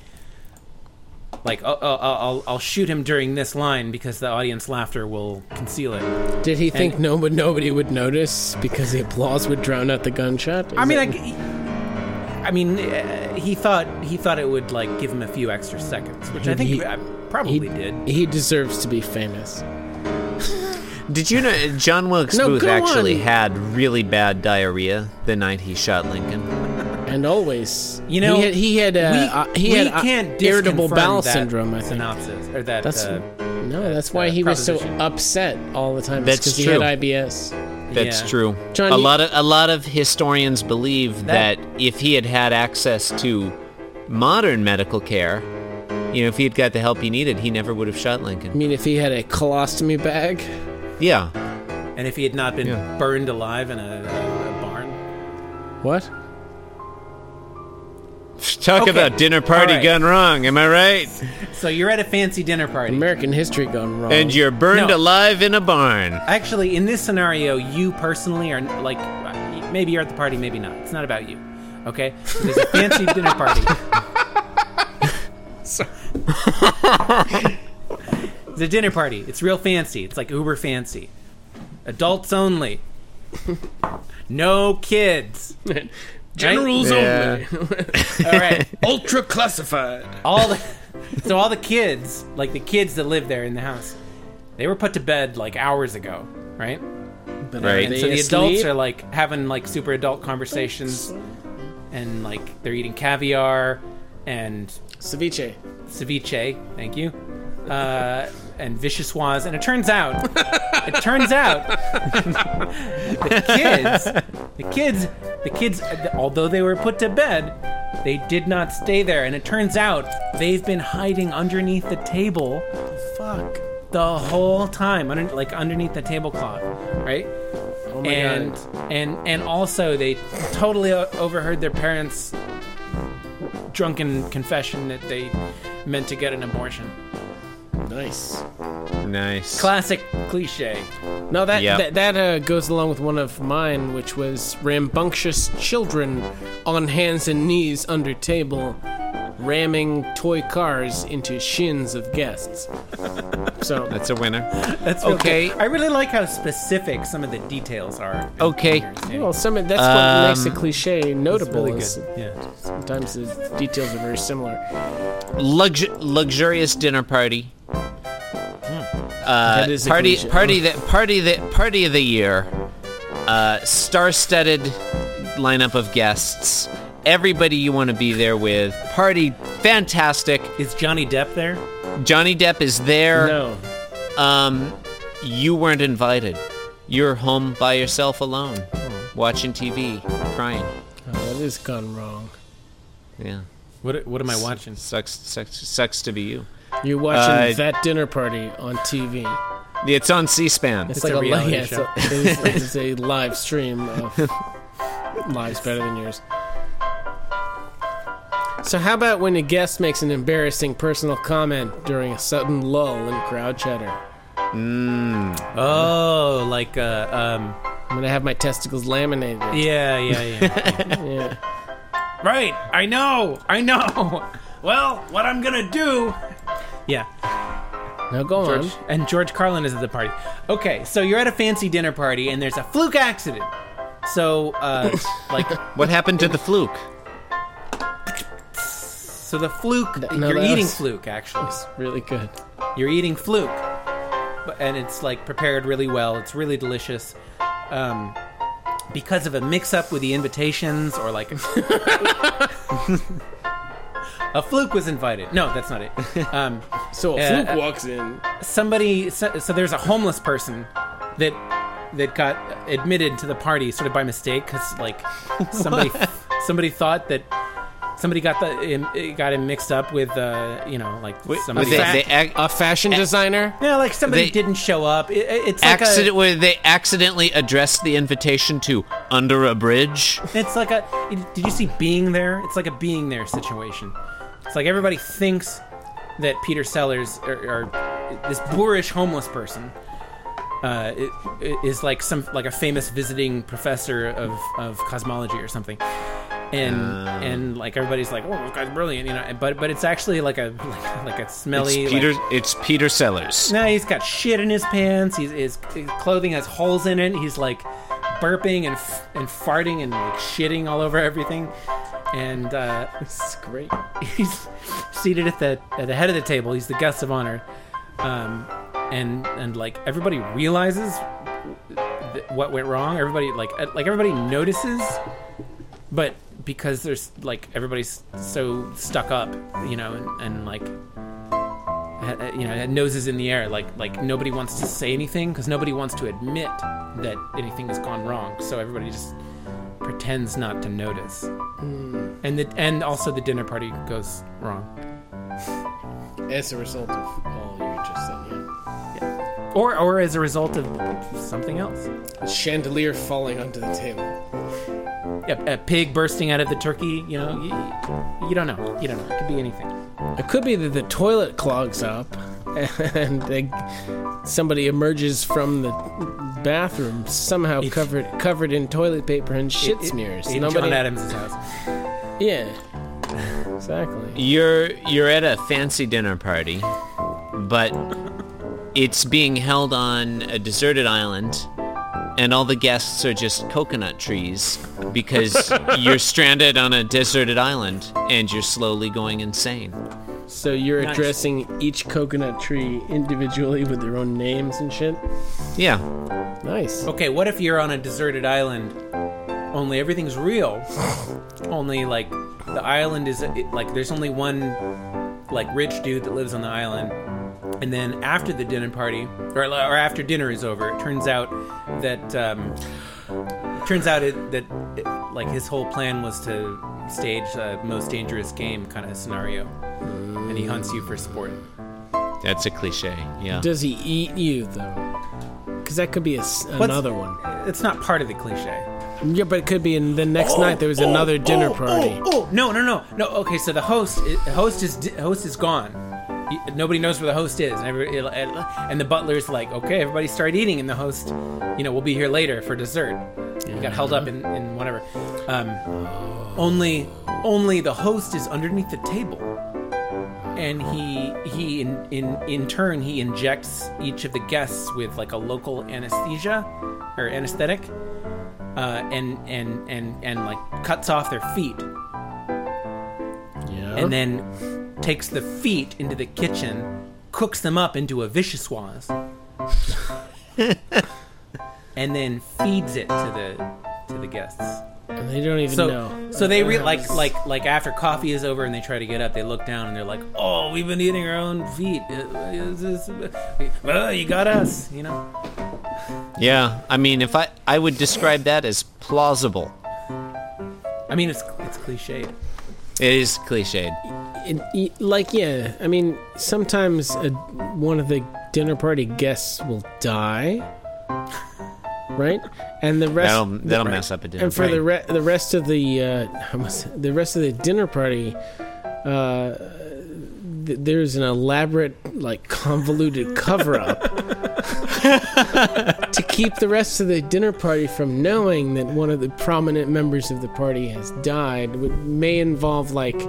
S3: like oh, oh, oh, I'll I'll shoot him during this line because the audience laughter will conceal it.
S7: Did he think
S3: And-
S7: no one, nobody would notice because the applause would drown out the gunshot? Is
S3: I mean,
S7: that-
S3: I, g- I mean, uh, he thought he thought it would like give him a few extra seconds, which I think
S7: He-
S3: uh, probably did.
S7: He deserves to be famous.
S2: Did you know John Wilkes
S7: No,
S2: Booth
S7: go
S2: actually
S7: on.
S2: had really bad diarrhea the night he shot Lincoln?
S7: And always,
S3: You know,
S7: he had he had, uh,
S3: we,
S7: uh, he
S3: we
S7: had uh,
S3: can't
S7: irritable
S3: disconfirm
S7: bowel
S3: that
S7: syndrome. I think
S3: synopsis or that.
S7: that's
S3: uh,
S7: no, that's why he was so
S3: proposition.
S7: upset all the time.
S2: That's
S7: because he had
S2: true.
S7: IBS.
S2: That's
S3: Yeah.
S2: true.
S7: John,
S2: a
S7: you-
S2: lot of a lot of historians believe that,
S3: That-
S2: if he had had access to modern medical care, you know, if he had got the help he needed, he never would have shot
S7: I
S2: Lincoln.
S7: mean, if he had a colostomy bag,
S2: Yeah.
S3: and if he had not been
S2: Yeah.
S3: burned alive in a, a, a barn,
S7: what?
S2: Talk
S3: Okay.
S2: about dinner party
S3: All right.
S2: gone wrong, am I right?
S3: so you're at a fancy dinner party.
S7: American history gone wrong.
S2: And you're burned
S3: Oh. No.
S2: alive in a barn.
S3: Actually, in this scenario, you personally are like maybe you're at the party, maybe not. It's not about you. Okay, so there's a fancy dinner party. It's a dinner party. It's real fancy. It's like uber fancy. Adults only. no kids.
S9: Generals
S2: Yeah.
S9: only.
S3: All right.
S9: Ultra classified.
S3: all the, so all the kids, like the kids that live there in the house, they were put to bed like hours ago, right?
S9: But
S2: Right.
S9: are
S3: And
S9: they
S3: so the
S9: asleep?
S3: adults are like having like super adult conversations, and like they're eating caviar and
S7: Ceviche.
S3: ceviche. Thank you. Uh, and vichyssoise, and it turns out, it turns out, the kids, the kids, the kids, although they were put to bed, they did not stay there, and it turns out they've been hiding underneath the table
S7: Fuck.
S3: the whole time, under, like underneath the tablecloth, right?
S7: Oh my
S3: and
S7: god.
S3: and and also they totally o- overheard their parents' drunken confession that they meant to get an abortion.
S7: Nice.
S2: Nice.
S3: Classic cliche.
S7: No, that
S2: Yep.
S7: that, that uh, goes along with one of mine, which was rambunctious children on hands and knees under table, ramming toy cars into shins of guests. So
S2: That's a winner.
S3: [laughs] That's real
S2: Okay.
S3: good. I really like how specific some of the details are.
S2: Okay.
S7: well, some of- that's what makes a
S2: Um,
S7: cliche notable.
S3: really
S7: is
S3: good. Yeah.
S7: sometimes the details are very similar.
S2: Lux- luxurious dinner party.
S7: that is a
S2: Uh, party
S7: cliche.
S2: party that party that party of the year uh, star-studded lineup of guests everybody you want to be there with party fantastic
S3: Is Johnny Depp there?
S2: johnny depp is there
S7: No,
S2: um, you weren't invited you're home by yourself alone watching tv crying
S7: oh, that is gone wrong.
S2: yeah
S3: What What am I watching?
S2: sucks sucks sucks to be you
S7: You're watching
S2: Uh,
S7: that dinner party on TV.
S2: it's on c-span
S7: It's,
S3: a
S7: like a, li-
S3: reality
S7: yeah, it's a
S3: show.
S7: It's, a, [laughs] it's a live stream [laughs] of lives better than yours. So how about when a guest makes an embarrassing personal comment during a sudden lull in crowd chatter?
S3: Oh, like uh, um,
S7: I'm gonna have my testicles laminated.
S3: yeah, yeah, yeah.
S7: Yeah.
S3: [laughs] right. I know. I know. [laughs] Well, what I'm gonna do? Yeah.
S7: Now go
S3: George,
S7: on.
S3: and George Carlin is at the party. Okay, so you're at a fancy dinner party and there's a fluke accident. So,
S7: [laughs]
S3: uh, like,
S2: what happened to the fluke
S3: so the fluke,
S7: no,
S3: you're
S7: that
S3: eating
S7: was-
S3: fluke, actually.
S7: Really good.
S3: You're eating fluke. But- And it's, like, prepared really well. It's really delicious. Um, because of a mix up with the invitations or, like, [laughs] a fluke was invited. No, that's not it. Um,
S7: So a
S3: Yeah,
S7: fluke
S3: uh,
S7: walks in.
S3: somebody so, so there's a homeless person that that got admitted to the party sort of by mistake because like somebody somebody thought that somebody got the him- it got him mixed up with uh you know like somebody
S2: they,
S7: fact-
S2: they ac-
S7: A fashion designer.
S3: yeah like somebody
S2: they-
S3: didn't show up It- it- it's like
S2: accident
S3: a
S2: where they accidentally addressed the invitation to under a bridge.
S3: [laughs] it's like a did you see being there it's like a being there situation it's like everybody thinks that peter sellers or, or this boorish homeless person uh, it, it is like some like a famous visiting professor of, of cosmology or something and
S2: Oh.
S3: and like everybody's like oh this guy's brilliant you know and- but but it's actually like a [laughs] like, like a
S2: It's
S3: smelly
S2: Peter.
S3: like,
S2: It's Peter Sellers.
S3: no, he's got shit in his pants. He's, his, his clothing has holes in it. He's like burping and f- and farting and like shitting all over everything. And uh,
S7: It's great.
S3: he's seated at the at the head of the table. He's the guest of honor. Um, and and like everybody realizes th- what went wrong. Everybody like uh, like everybody notices, but because there's like everybody's so stuck up, you know, and, and like ha- ha- you know had noses in the air like like nobody wants to say anything because nobody wants to admit that anything has gone wrong so everybody just pretends not to notice
S7: Hmm.
S3: and the and also the dinner party goes wrong
S7: As a result of all you just said. Yeah.
S3: or or as a result of something else
S7: A chandelier falling onto the table.
S3: a, a pig bursting out of the turkey you know you, you don't know you don't know it could be anything
S7: It could be that the toilet clogs up and they, somebody emerges from the bathroom somehow covered covered in toilet paper and shit smears.
S3: in John Adams' house
S7: yeah. Exactly.
S2: You're you're at a fancy dinner party, but it's being held on a deserted island and all the guests are just coconut trees
S3: [laughs]
S2: because you're stranded on a deserted island and you're slowly going insane.
S7: So you're
S3: Nice.
S7: addressing each coconut tree individually with their own names and shit.
S2: Yeah.
S7: Nice.
S3: Okay, what if you're on a deserted island? Only everything's real. only like the island is it- like there's only one like rich dude that lives on the island. And then after the dinner party, or, or after dinner is over, it turns out that um, turns out it, that it, like his whole plan was to stage a most dangerous game kind of scenario, and he hunts you for sport.
S2: That's a cliche. Yeah.
S7: Does he eat you though? Because that could be a s another one.
S3: It's not part of the cliche.
S7: Yeah, but it could be. And the next night there was another dinner party.
S3: Oh no no no no! Okay, so the host i- host is di- host is gone. He- Nobody knows where the host is, and, every, it'll- it'll- and the butler's like, "Okay, everybody start eating," and the host, you know, we'll be here later for dessert. He got held up in, in whatever. Um, only only the host is underneath the table, and he he in in in turn he injects each of the guests with like a local anesthesia or anesthetic, uh, and and and and like cuts off their feet
S7: Yeah.
S3: and then takes the feet into the kitchen, cooks them up into a vichyssoise, and then feeds it to the to the guests.
S7: And they don't even
S3: So
S7: know.
S3: so they re- like like like after coffee is over and they try to get up, they look down and they're like, "Oh, we've been eating our own feet. Uh, uh, this- uh, uh, you got us, you know."
S2: Yeah. I mean, if I I would describe that as plausible.
S3: I mean, it's it's cliched.
S2: It is cliched.
S7: It- it- like yeah. I mean, sometimes a, one of the dinner party guests will die. Right, and the rest
S2: That'll that'll mess up a dinner.
S7: and for
S2: party.
S7: the re- the rest of the uh, [laughs] I must- the rest of the dinner party, uh, th- there's an elaborate like convoluted cover up [laughs] to keep the rest of the dinner party from knowing that one of the prominent members of the party has died. Would may involve like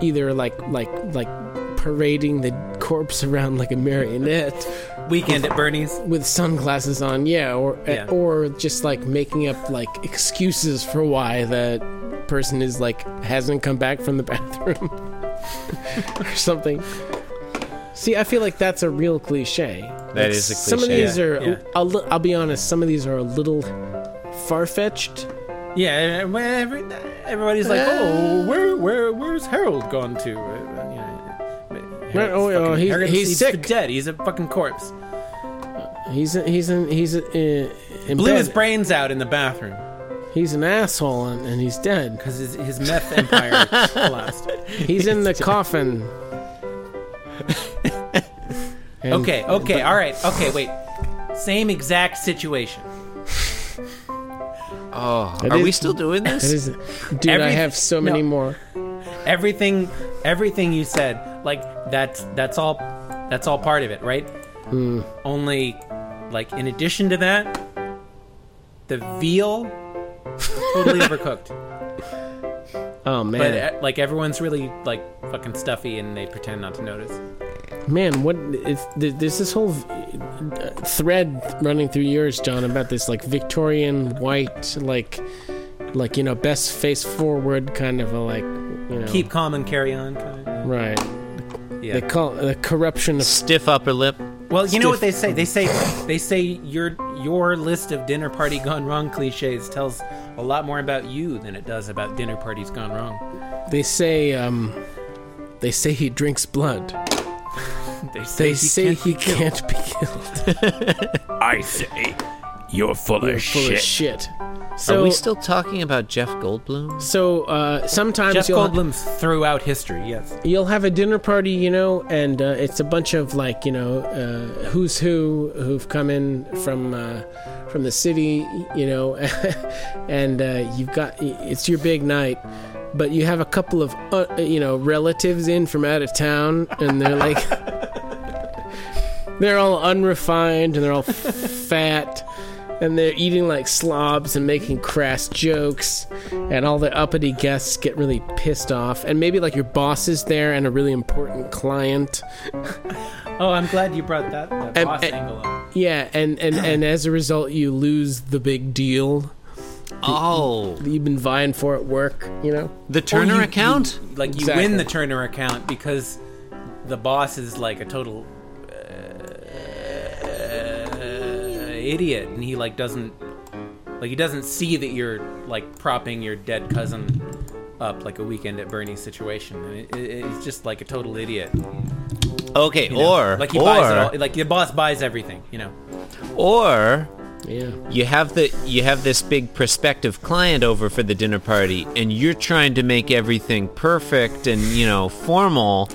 S7: either like like like parading the corpse around like a marionette
S3: Weekend at Bernie's.
S7: with sunglasses on, yeah, or eh,
S3: Yeah.
S7: or just like making up like excuses for why the person is like hasn't come back from the [laughs] bathroom or something. See, I feel like that's a real cliche. That
S2: is a
S7: Some of
S2: cliche.
S7: these are,
S3: Yeah.
S7: I'll, li- I'll be honest, some of these are a little far fetched.
S3: Yeah, and when every, everybody's like, "Oh, where, where, where's Harold gone to?" Uh, you know, Harold's
S7: Right, oh, yeah,
S3: fucking-
S7: he's-
S3: Harold's-
S7: he's
S3: for
S7: sick.
S3: dead. He's a fucking corpse.
S7: He's a, he's an he's a, uh, in
S3: Blew his
S7: bed.
S3: brains out in the bathroom
S7: He's an asshole and, and he's dead.
S3: because his, his meth
S7: [laughs]
S3: empire collapsed.
S7: He's in the [laughs] coffin. And-
S3: Okay, okay, all right, okay, wait. Same exact situation.
S7: That
S2: Oh, Are
S7: is-
S2: we still doing
S7: That
S2: this?
S7: is, dude, I
S3: Every-
S7: have so many
S3: no.
S7: more.
S3: Everything, everything you said, like that's that's all, that's all part of it, right?
S7: Hmm.
S3: Only, like in addition to that, the veal
S7: [laughs]
S3: totally overcooked.
S7: Oh
S3: But
S7: man,
S3: uh, like everyone's really like fucking stuffy and they pretend not to notice.
S7: uh, man, what? It's, th- there's this whole uh, thread running through yours, John, about this like Victorian white, like, like you know, best face forward kind of a like, you know,
S3: Keep calm and carry on. Kind of.
S7: right.
S3: Yeah.
S7: They call the corruption of
S2: Stiff upper lip.
S3: well, you know what they say. They say they say your your list of dinner party gone wrong cliches tells a lot more about you than it does about dinner parties gone wrong.
S7: they say um, they say he drinks blood.
S3: They say
S7: They
S3: you
S7: say
S3: can't
S7: he
S3: be killed.
S7: can't be killed.
S9: I say, you're full of
S7: Full of shit. So
S2: Are we still talking about Jeff Goldblum?
S7: so uh, sometimes
S3: Jeff
S7: you'll
S3: Goldblum's throughout history. Yes.
S7: you'll have a dinner party, you know, and uh, it's a bunch of like, you know, uh, who's who who've come in from uh, from the city, you know, [laughs] and uh, you've got it's your big night, but you have a couple of uh, you know relatives in from out of town, and they're like. [laughs] They're all unrefined and they're all [laughs] fat and they're eating like slobs and making crass jokes and all the uppity guests get really pissed off and maybe like your boss is there and a really important client
S3: Oh, I'm glad you brought that, that
S7: And-
S3: boss
S7: and-
S3: angle up.
S7: Yeah, and, and, and as a result, you lose the big deal
S2: Oh,
S7: that you've been vying for at work, you know?
S2: the Turner
S3: Oh, you-
S2: account.
S3: Like you
S7: Exactly.
S3: win the Turner account because the boss is like a total uh, idiot, and he like doesn't like he doesn't see that you're like propping your dead cousin up like a weekend at Bernie's situation, and it, it, it's just like a total idiot.
S2: okay,
S3: you know?
S2: or
S3: like he
S2: or
S3: buys it all, like your boss buys everything, you know.
S2: or
S7: Yeah.
S2: you have the you have this big prospective client over for the dinner party and you're trying to make everything perfect and you know formal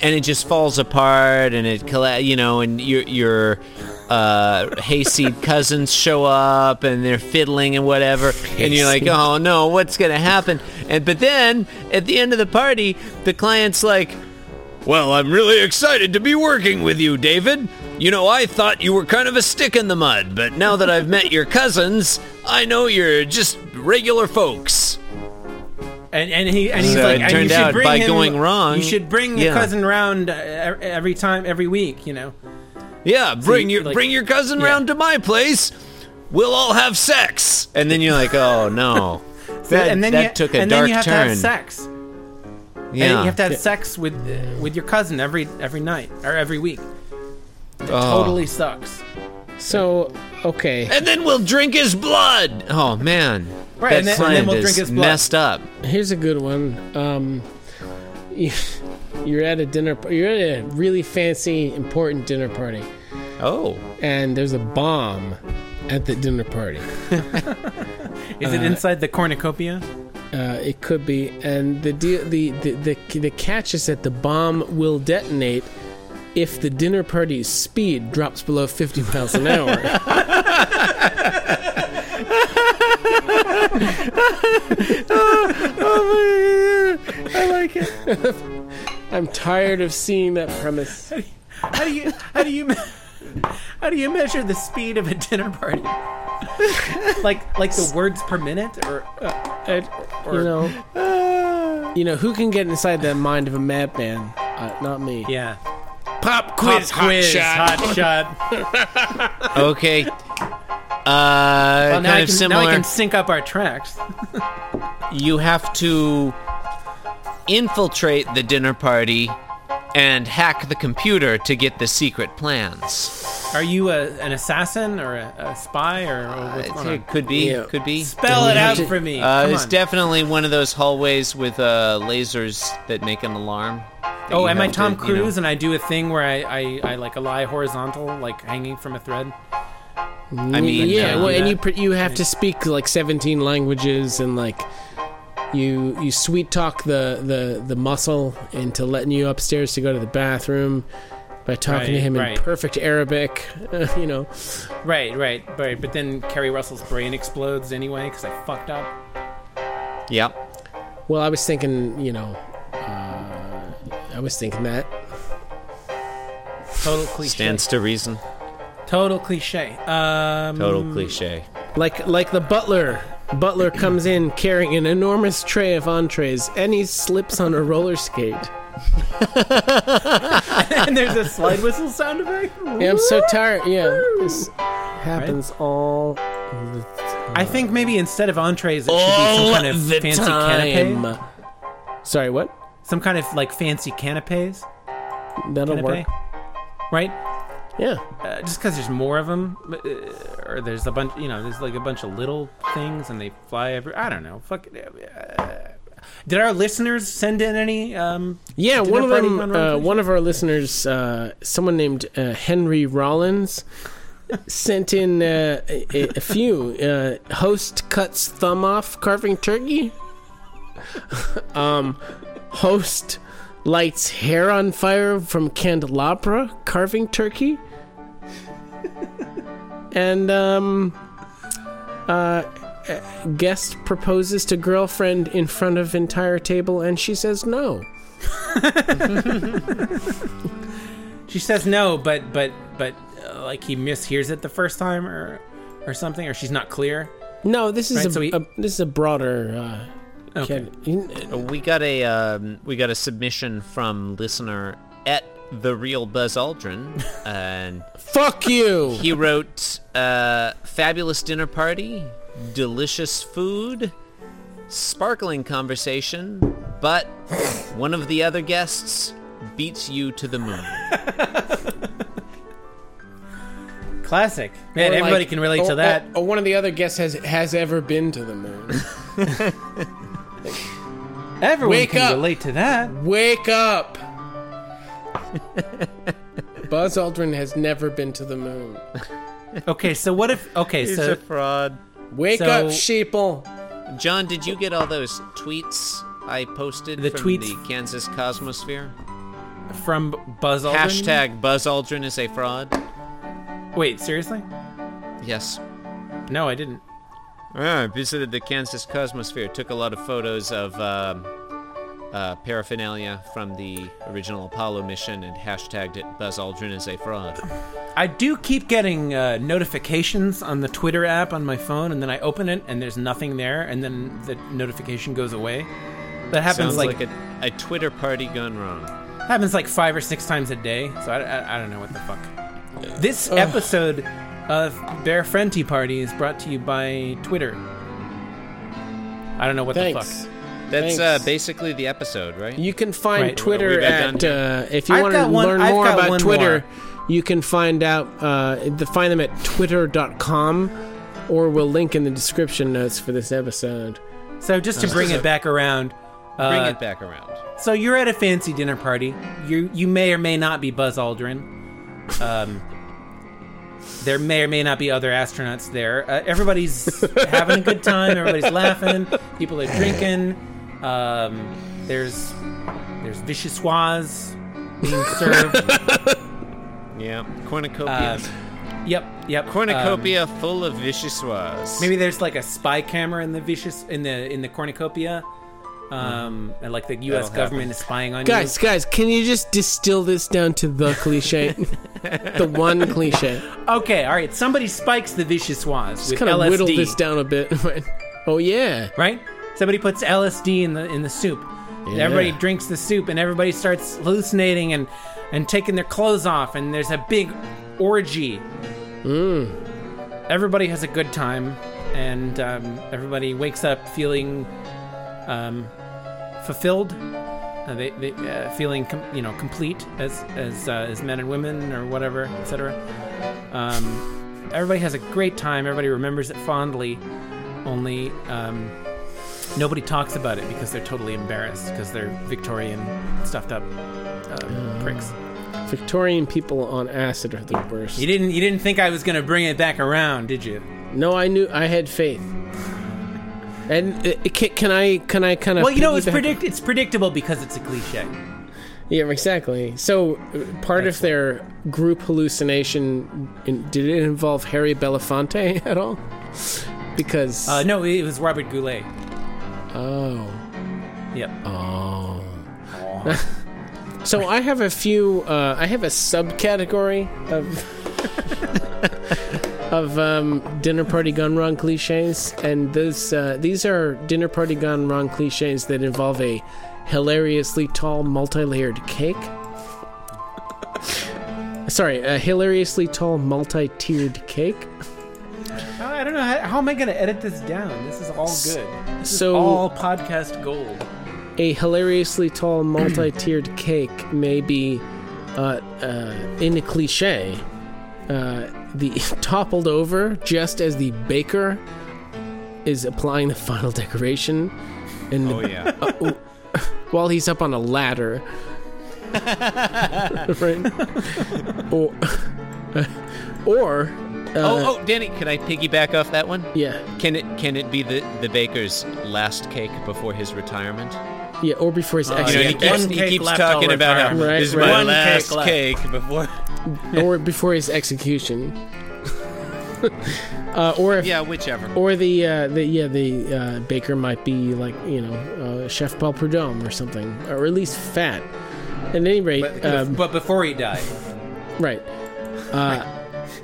S2: and it just falls apart and it colla- you know and your your uh, hayseed cousins show up and they're fiddling and whatever and you're like oh no what's gonna happen and but then at the end of the party the client's like well, I'm really excited to be working with you, David. You know, I thought you were kind of a stick in the mud, but now that I've met your cousins, I know you're just regular folks.
S3: And, and he and he's
S2: So
S3: like,
S2: it
S3: and
S2: turned
S3: you should
S2: out
S3: bring
S2: by
S3: him-
S2: going wrong-
S3: you should bring
S2: Yeah.
S3: your cousin round uh, e- every time, every week, you know.
S2: Yeah, bring your
S3: like-
S2: bring your cousin
S3: yeah.
S2: round to my place. We'll all have sex. And then you're like, oh
S3: [laughs]
S2: no. That,
S3: and then
S2: that
S3: you,
S2: took a
S3: and
S2: dark
S3: then you have
S2: turn.
S3: to have sex.
S2: Yeah.
S3: And you have to have sex with uh, with your cousin every every night or every week.
S2: Oh.
S3: Totally sucks.
S7: So, okay.
S2: And then we'll drink his blood. Oh man.
S3: Right, and
S2: That
S3: then- and then
S2: client
S3: we'll drink
S2: is
S3: his blood.
S2: messed up.
S7: Here's a good one. Um, [laughs] you- you're at a dinner. par- You're at a really fancy, important dinner party,
S2: Oh.
S7: and there's a bomb at the dinner party.
S3: Is it inside the cornucopia?
S7: Uh, it could be, and the, deal, the the the the catch is that the bomb will detonate if the dinner party's speed drops below 50 miles an
S3: [laughs] Oh,
S7: hour.
S3: I like it.
S7: [laughs] I'm tired of seeing that
S3: [laughs]
S7: premise.
S3: How do you how do you me- how do you measure the speed of a dinner party? like like the words per minute or
S7: I, you know,
S3: Ah.
S7: you know who can get inside the mind of a madman? Uh, not me.
S3: yeah.
S7: Pop quiz,
S3: Hot quiz, hot shot.
S2: Okay. Uh
S3: Well,
S2: kind of
S3: now, I can, now
S2: similar.
S3: I can sync up our tracks.
S2: you have to infiltrate the dinner party and hack the computer to get the secret plans.
S3: Are you a, an assassin or a, a spy or, or what's going on?
S2: It could be,
S7: Yeah.
S2: could be.
S3: Spell it out for me.
S2: Uh,
S3: Come
S2: it's
S3: on.
S2: definitely one of those hallways with uh, lasers that make an alarm. that
S3: Oh,
S2: you
S3: am I
S2: have to,
S3: Tom
S2: you know-
S3: Cruise and I do a thing where I, I, I like a lie horizontal, like hanging from a thread?
S2: I mean,
S7: yeah.
S2: uh,
S7: Well, and you pr- you have to speak like 17 languages and like you you sweet talk the the the muscle into letting you upstairs to go to the bathroom by talking to
S3: Right,
S7: him
S3: right.
S7: in perfect Arabic. [laughs] you know.
S3: Right, right, right. But then Kerry Russell's brain explodes anyway because I fucked up.
S2: Yep.
S7: Well, I was thinking, you know, uh, I was thinking that.
S3: Total cliche.
S2: Stands to reason.
S3: Total cliche. Um,
S2: Total cliche.
S7: Like like the butler. Butler comes in carrying an enormous tray of entrees, and he slips on a roller skate.
S3: [laughs] and there's a slide whistle sound effect.
S7: Yeah, I'm so tired. Yeah, this happens all the
S3: I think maybe instead of entrees, it should be some kind of fancy canapé.
S7: time. Sorry, what?
S3: Some kind of like fancy canapes.
S7: That'll
S3: Canapé.
S7: work.
S3: Right?
S7: Yeah,
S3: uh, just because there's more of them, uh, or there's a bunch, you know, there's like a bunch of little things and they fly every. I don't know. Fuck. Uh, did our listeners send in any? Um,
S7: yeah.
S3: Dinner
S7: One of
S3: party
S7: them,
S3: fun
S7: uh,
S3: rotation?
S7: one of our listeners, uh, someone named uh, Henry Rollins, sent in uh, a, a few. Uh, host cuts thumb off carving turkey. [laughs] um, host lights hair on fire from candelabra carving turkey. and um, uh, guest proposes to girlfriend in front of entire table, and she says no.
S3: she says no, but but but uh, like he mishears it the first time, or or something, or she's not clear.
S7: No, this is
S3: Right,
S7: a,
S3: so he-
S7: a- this is a broader. Uh,
S3: Okay.
S7: cat- you-
S2: We got a um, we got a submission from listener at the real Buzz
S3: [laughs]
S2: Aldrin, and
S7: Fuck you.
S2: he wrote uh, "Fabulous Dinner Party," "Delicious Food," "Sparkling Conversation," but one of the other guests beats you to the moon.
S3: Classic. Man,
S7: Or
S3: everybody
S7: like-
S3: can relate
S7: or-
S3: to that.
S7: Or, or one of the other guests has has ever been to
S3: [laughs]
S7: the moon.
S3: Everyone
S7: Wake
S3: can
S7: up.
S3: relate to that.
S7: Wake up. Buzz Aldrin has never been to the moon.
S3: Okay, so what if? Okay, so
S2: fraud.
S7: Wake
S3: So-
S7: up, sheeple.
S2: John, did you get all those tweets I posted
S3: The
S2: from
S3: tweets-
S2: the Kansas Cosmosphere?
S3: from Buzz Aldrin.
S2: Hashtag Buzz Aldrin is a fraud.
S3: Wait, seriously?
S2: Yes.
S3: No, I didn't.
S2: I visited the Kansas Cosmosphere, took a lot of photos of um, uh, paraphernalia from the original Apollo mission, and hashtagged it Buzz Aldrin is a fraud.
S3: I do keep getting uh, notifications on the Twitter app on my phone, and then I open it, and there's nothing there, and then the notification goes away. That happens
S2: Sounds
S3: like,
S2: like, a, a Twitter party gone wrong.
S3: happens like five or six times a day. So I, I, I don't know what the fuck. This episode of Bear Frenty Party is brought to you by Twitter. I don't know what
S7: Thanks.
S3: the fuck.
S2: That's uh,
S7: Thanks.
S2: basically the episode, right?
S7: You can find
S3: Right.
S2: We've
S7: Twitter
S2: got done
S7: at uh, if you
S3: I've
S7: want to
S3: got one-
S7: learn
S3: I've
S7: more
S3: got
S7: about
S3: one
S7: Twitter,
S3: more.
S7: you can find out uh, the- find them at twitter.com or we'll link in the description notes for this episode.
S3: So just to bring it back around, uh,
S2: Bring it back around.
S3: So you're at a fancy dinner party. You you may or may not be Buzz Aldrin. Um, there may or may not be other astronauts there. Uh,
S2: [laughs]
S3: everybody's having a good time. Everybody's laughing. People are drinking. Um, there's there's vichyssoise being
S2: [laughs]
S3: served.
S2: Yeah. Cornucopia.
S3: Um, yep, yep. um,
S2: Cornucopia full of vichyssoise.
S3: Maybe there's like a spy camera in the vicious in the in the cornucopia, um, and like the U.S.
S2: Hmm. That'll
S3: government is spying on
S7: Guys, guys, can you just distill this down to
S3: [laughs]
S7: the cliche? the one cliche.
S3: you. Okay, all right. Somebody spikes the vichyssoise with
S7: Kind of
S3: LSD,
S7: whittle this down a bit. [laughs] oh yeah.
S3: right? Somebody puts LSD in the in the soup. And Everybody drinks the soup, and everybody starts hallucinating and and taking their clothes off. And there's a big orgy. Everybody has a good time, and um, everybody wakes up feeling um, fulfilled. Uh, they, they uh, feeling com- you know complete as as uh, as men and women or whatever, etc. Um, everybody has a great time. Everybody remembers it fondly. Only um, nobody talks about it because they're totally embarrassed because they're Victorian stuffed up um,
S7: Mm.
S3: pricks.
S7: Victorian people on acid are the worst.
S3: You didn't you didn't think I was gonna bring it back around, did you?
S7: No, I knew I had faith. And uh, can, can I can I kind of
S3: Well, you know it's predict it's predictable because it's a cliche.
S7: Yeah, exactly. So uh, part of their group hallucination in, did it involve Harry Belafonte [laughs] at all? Because
S3: Uh, no, it was Robert Goulet.
S7: oh
S3: Yep.
S7: oh. so I have a few. Uh, I have a subcategory of of [laughs] um, dinner party gone wrong cliches, and those uh, these are dinner party gone wrong cliches that involve a hilariously tall multi-layered cake. Sorry, a hilariously tall multi-tiered cake.
S3: Uh, I don't know how, how am I gonna edit this down. This is all good. This
S7: so-
S3: is all podcast gold.
S7: a hilariously tall multi-tiered cake may be uh, uh, in a cliche uh, the [laughs] toppled over just as the baker is applying the final decoration and
S2: Oh, yeah.
S7: while he's up on a ladder
S2: [laughs]
S7: right or, [laughs] or
S2: oh, oh, Danny, could I piggyback off that one?
S7: yeah
S2: Can it can it be the, the baker's last cake before his retirement?
S7: yeah or before his
S2: You know, he
S7: exit
S3: yeah.
S2: keeps,
S3: One
S2: he
S3: cake
S2: keeps
S3: left
S2: talking
S3: over
S2: about how
S3: time.
S7: Right,
S2: this is
S7: right.
S2: my
S3: One
S2: last
S3: cake left.
S2: cake, before. [laughs]
S7: or before his execution [laughs] uh, or if
S2: Yeah, whichever.
S7: Or the uh, the yeah the uh, baker might be like you know uh, Chef Paul Prudhomme or something, or at least fat. At any rate,
S3: But,
S7: um,
S3: but before he died,
S7: right.
S3: [laughs]
S7: Uh,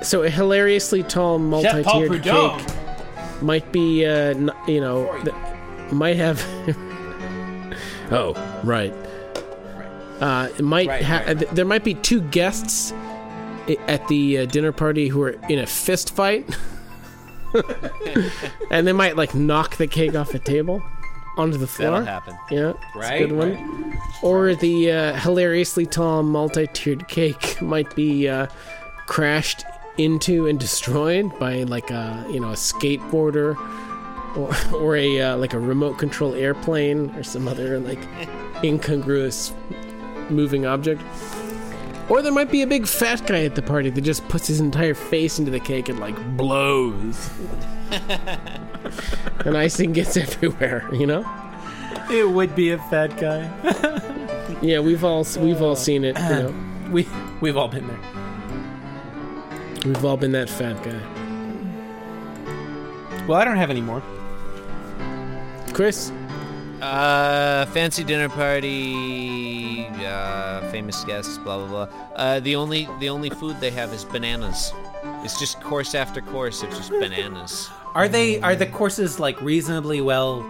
S7: so a hilariously tall multi-tiered
S3: Prudhomme.
S7: cake might be uh, n- you [laughs] know th- might have. oh right. Uh, it might
S3: Right,
S7: ha-
S3: right.
S7: th- there might be two guests i- at the uh, dinner party who are in a fist
S3: [laughs]
S7: fight, [laughs] and they might like knock the cake off the table onto the floor.
S3: That'll happen.
S7: Yeah, it's a
S3: Right,
S7: good one. Or the uh, hilariously tall, multi-tiered cake might be uh, crashed into and destroyed by like a you know a skateboarder or [laughs] or a uh, like a remote control airplane or some other
S3: [laughs]
S7: like incongruous moving object. Or there might be a big fat guy at the party that just puts his entire face into the cake and like
S3: [laughs]
S7: blows. and icing gets [laughs] everywhere, you know.
S3: It would be a fat guy.
S7: Yeah, we've all we've
S3: Uh,
S7: all seen it. You know.
S3: [clears throat] We we've all been there.
S7: We've all been that fat guy.
S3: Well, I don't have any more.
S7: Chris,
S2: Uh, fancy dinner party, uh, famous guests, blah blah blah. Uh, the only the only food they have is bananas. It's just course after course. It's just bananas.
S3: Are they are the courses like reasonably well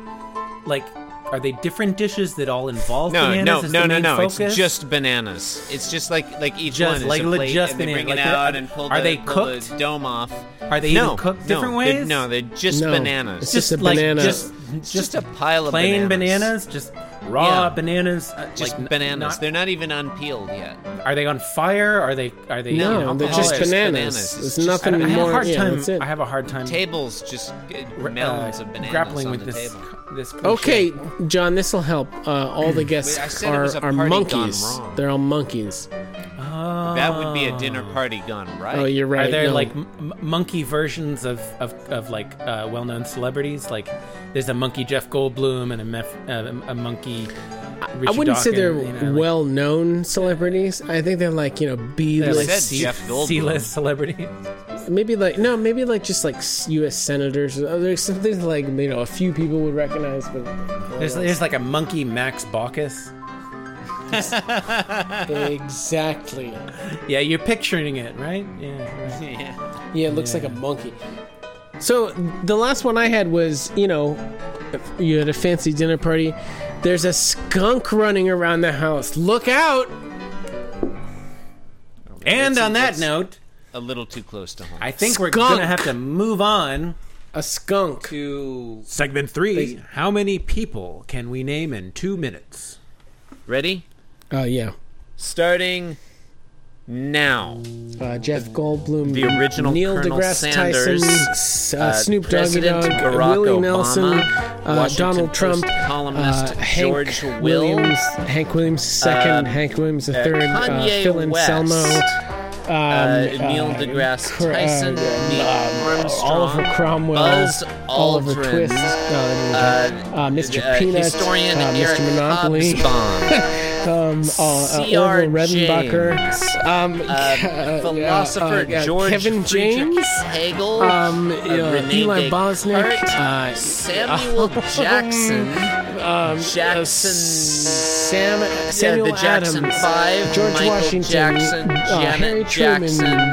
S3: like are they different dishes that all involve
S2: No,
S3: bananas
S2: no,
S3: as
S2: no,
S3: the
S2: no,
S3: main
S2: no.
S3: focus?
S2: It's just bananas. It's just like like each
S3: Just
S2: one is
S3: like
S2: a
S3: le-
S2: plate,
S3: just
S2: and they
S3: banana-
S2: bring it
S3: like they're-
S2: out and pull. The,
S3: are they
S2: pull the
S3: cooked?
S2: dome off?
S3: Are they
S2: no,
S3: even cooked
S2: no,
S3: different
S2: they're-
S3: ways?
S2: no, they're just
S7: No.
S2: bananas.
S7: It's just a
S3: like
S7: banana.
S3: just
S2: It's just a pile of
S3: plain
S2: bananas.
S3: bananas, just raw
S2: Yeah.
S3: bananas, uh,
S2: Just
S3: like n-
S2: bananas.
S3: not- Hmm.
S2: They're not even unpeeled yet.
S3: are they on fire? Are they are they
S2: No,
S3: you
S7: no,
S3: know,
S7: they're
S2: alcohol
S7: just
S2: is
S7: bananas.
S2: bananas. It's
S7: There's
S2: just-
S7: nothing
S3: I, I have
S7: more.
S3: a hard
S7: yeah,
S3: time.
S7: that's it.
S3: I have a hard time
S2: Tables just
S3: uh,
S2: melons of bananas
S3: grappling
S2: on
S3: with
S2: the
S3: this
S2: table.
S3: this cliche.
S7: okay, John, this will help. Uh, all the
S2: Wait, I
S7: guests
S2: said it was a
S7: are, are
S2: party gone
S7: monkeys.
S2: wrong.
S7: They're all monkeys.
S2: That would be a dinner party gone right.
S7: Oh, you're right.
S3: Are there
S7: no.
S3: like m- m- monkey versions of of, of like uh, well-known celebrities? Like there's a monkey Jeff Goldblum and a mef- uh, a monkey.
S7: I wouldn't say they're
S3: well
S7: well-known celebrities. I think they're like you know
S2: like-
S7: B-list,
S2: said Jeff Goldblum.
S3: C-list celebrity.
S7: maybe like no, maybe like just like s- U.S. senators. Or there's something like you know a few people would recognize, but
S3: There's, there's like a monkey Max Baucus.
S7: exactly.
S3: Yeah, you're picturing it, right? Yeah. right.
S2: [laughs]
S7: Yeah, it looks like a monkey. So the last one I had was, you know, if you had a fancy dinner party. There's a skunk running around the house. Look out!
S3: And on that
S2: that's-
S3: note,
S2: A little too close to home.
S3: I think we're
S7: Skunk.
S3: gonna have to move on
S7: A skunk.
S3: to
S4: Segment three How many people can we name in two minutes?
S2: Ready?
S7: Oh yeah,
S2: Starting now.
S7: uh, Jeff Goldblum,
S2: the original
S7: Neil
S2: Colonel
S7: deGrasse
S2: Sanders,
S7: Tyson, uh,
S2: uh,
S7: Snoop Doggy
S2: President
S7: Dog,
S2: Barack
S7: Willie
S2: Obama,
S7: Nelson, uh,
S2: Washington
S7: Donald
S2: Post
S7: Trump,
S2: columnist
S7: uh, Hank
S2: George Will, uh,
S7: Williams, Hank Williams second, Hank Williams the third, uh,
S2: Kanye
S7: Phil
S2: West,
S7: Anselmo. Um,
S2: uh, Neil deGrasse
S7: Cr- uh,
S2: Tyson, Neil Armstrong,
S7: Oliver Cromwell,
S2: Buzz
S7: Oliver
S2: Aldrin,
S7: Twist, uh, uh, Mr.
S2: uh,
S7: Peanut,
S2: historian
S7: uh,
S2: Eric
S7: Mr. Monopoly,
S2: Hobsbawm,
S7: um, uh, uh,
S2: C.R.
S7: Orville Redenbacher,
S2: James,
S7: um, [laughs]
S2: uh,
S7: ca- uh,
S2: philosopher
S7: uh, uh,
S2: George
S7: Kevin
S2: Friedrich
S7: James,
S2: Hegel,
S7: um,
S2: uh,
S7: yeah,
S2: Rene
S7: Eli Bosnick,
S2: Descartes,
S7: uh, [laughs]
S2: Samuel Jackson,
S7: uh,
S2: Jackson,
S7: Sam, Samuel
S2: the Jackson
S7: Adams,
S2: Five,
S7: George
S2: Michael
S7: Washington,
S2: Jackson,
S7: uh,
S2: Janet
S7: Harry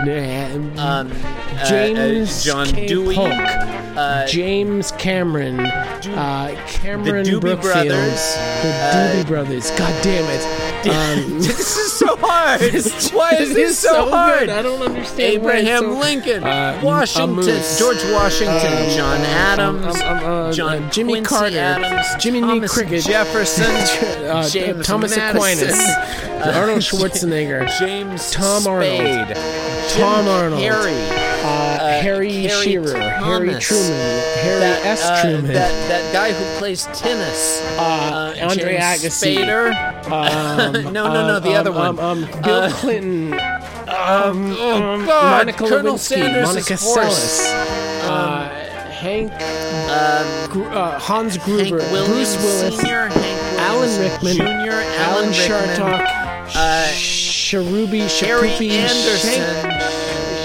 S7: Truman, uh,
S2: um, uh,
S7: James
S2: uh, John
S7: K.
S2: Dewey,
S7: Polk,
S2: uh,
S7: James Cameron, uh, Cameron
S2: Doobie
S7: Brookfield,
S2: Brothers, uh,
S7: the Doobie Brothers. God
S2: [laughs]
S7: damn it! Um,
S2: this is so
S7: [laughs]
S2: hard. Why is
S7: It
S2: this so
S7: good.
S2: hard?
S7: I don't understand. why it's
S2: Abraham
S7: so-
S2: Lincoln,
S7: Uh,
S2: Washington,
S7: Amos.
S2: George Washington,
S7: Um,
S2: John
S7: um,
S2: Adams,
S7: um, um, uh,
S2: John
S7: Jimmy
S2: Quincy
S7: Carter,
S2: Adams,
S7: Jimmy Knee
S2: Thomas
S7: Cricket,
S2: Jefferson,
S7: [laughs] uh,
S2: James
S7: Thomas
S2: Madison, [laughs] Uh,
S7: Aquinas, Arnold Schwarzenegger,
S2: James
S7: Tom
S2: Spade,
S7: Arnold, Tom Arnold,
S2: Harry,
S7: uh, Harry
S2: Harry
S7: Shearer, Harry
S2: Thomas.
S7: Truman, Harry
S2: that,
S7: S.
S2: uh,
S7: Truman,
S2: that that guy who plays tennis,
S7: uh, Andre
S2: James
S7: Agassi,
S2: Spader.
S7: um,
S2: [laughs] No, no, no, the
S7: um,
S2: other
S7: um,
S2: one. Uh,
S7: um, Bill Clinton, um, um,
S2: oh, God,
S7: Monica
S2: Colonel
S7: Lewinsky,
S2: Sanders
S7: Monica
S2: is horse. Um,
S7: Seles, uh, Hank, Gr- uh, Hans
S2: Hank
S7: Gruber,
S2: Williams
S7: Bruce Willis,
S2: Sr., Hank
S7: Alan Rickman,
S2: Williams Jr., Alan
S7: Alan
S2: Rickman,
S7: Shartok,
S2: uh,
S7: Sharubi,
S2: Harry
S7: Shakupi, Shank-
S2: Anderson.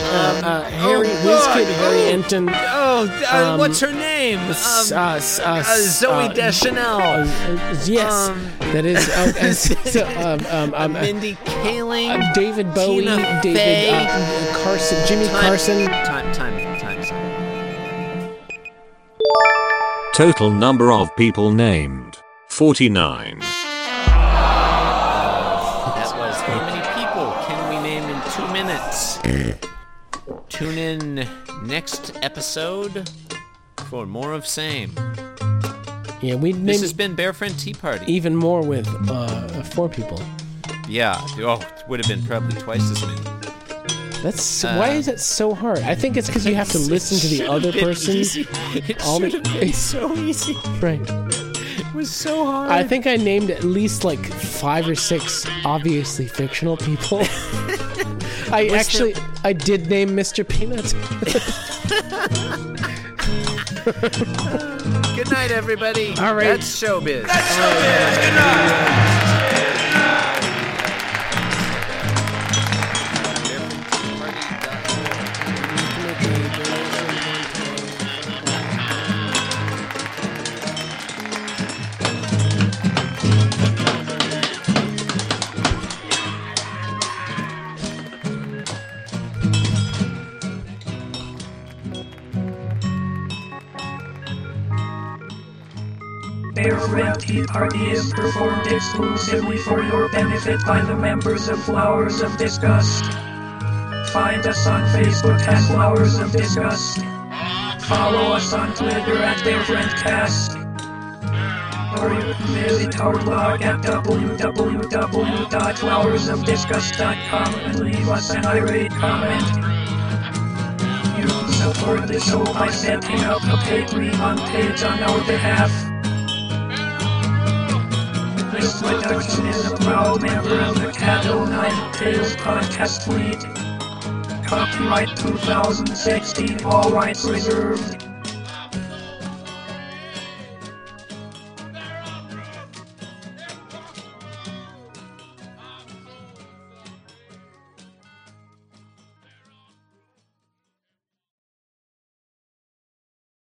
S7: uh, uh, Harry,
S2: oh,
S7: Wizkid,
S2: God.
S7: Harry
S2: Oh.
S7: Enton, uh,
S2: Oh, uh,
S7: Um,
S2: what's her name? Um,
S7: s- uh, s- uh,
S2: uh,
S7: s-
S2: Zoe
S7: uh,
S2: Deschanel,
S7: uh, uh, yes,
S2: Um,
S7: that is. Uh,
S2: [laughs]
S7: uh, so, um, um, um, uh,
S2: Mindy Kaling,
S7: uh, David Bowie,
S2: Tina
S7: David
S2: Fey.
S7: uh, Carson, Jimmy
S2: Time-
S7: Carson,
S2: Time, time, time. time.
S10: Total number of people named 49.
S2: two minutes. Tune in next episode for more of same.
S7: Yeah, we
S2: This
S7: maybe
S2: has been Bear Friend Tea Party.
S7: even more with uh, four people.
S2: Yeah. Oh, it would have been probably twice as many.
S7: That's why is that so hard? I think it's because you have to listen to the
S2: Should've
S7: other
S2: been
S7: person.
S2: easy. It
S7: all the-
S2: should have been so easy.
S7: Right.
S2: It was so hard.
S7: I think I named at least like five or six obviously
S2: [laughs]
S7: fictional people. I actually I did name Mr. Peanut.
S2: [laughs]
S7: [laughs]
S2: Good night, everybody. All
S7: right.
S2: That's showbiz.
S5: Bear Friend Tea Party is performed exclusively for your benefit by the members of Flowers of Disgust. Find us on Facebook at Flowers of Disgust. Follow us on Twitter at BearFriendCast. Or you can visit our blog at www.flowersofdisgust.com and leave us an irate comment. You can support the show by setting up a Patreon page on our behalf. This production is a proud member of the Cattle Nine Tales podcast fleet. Copyright 2016, all rights reserved.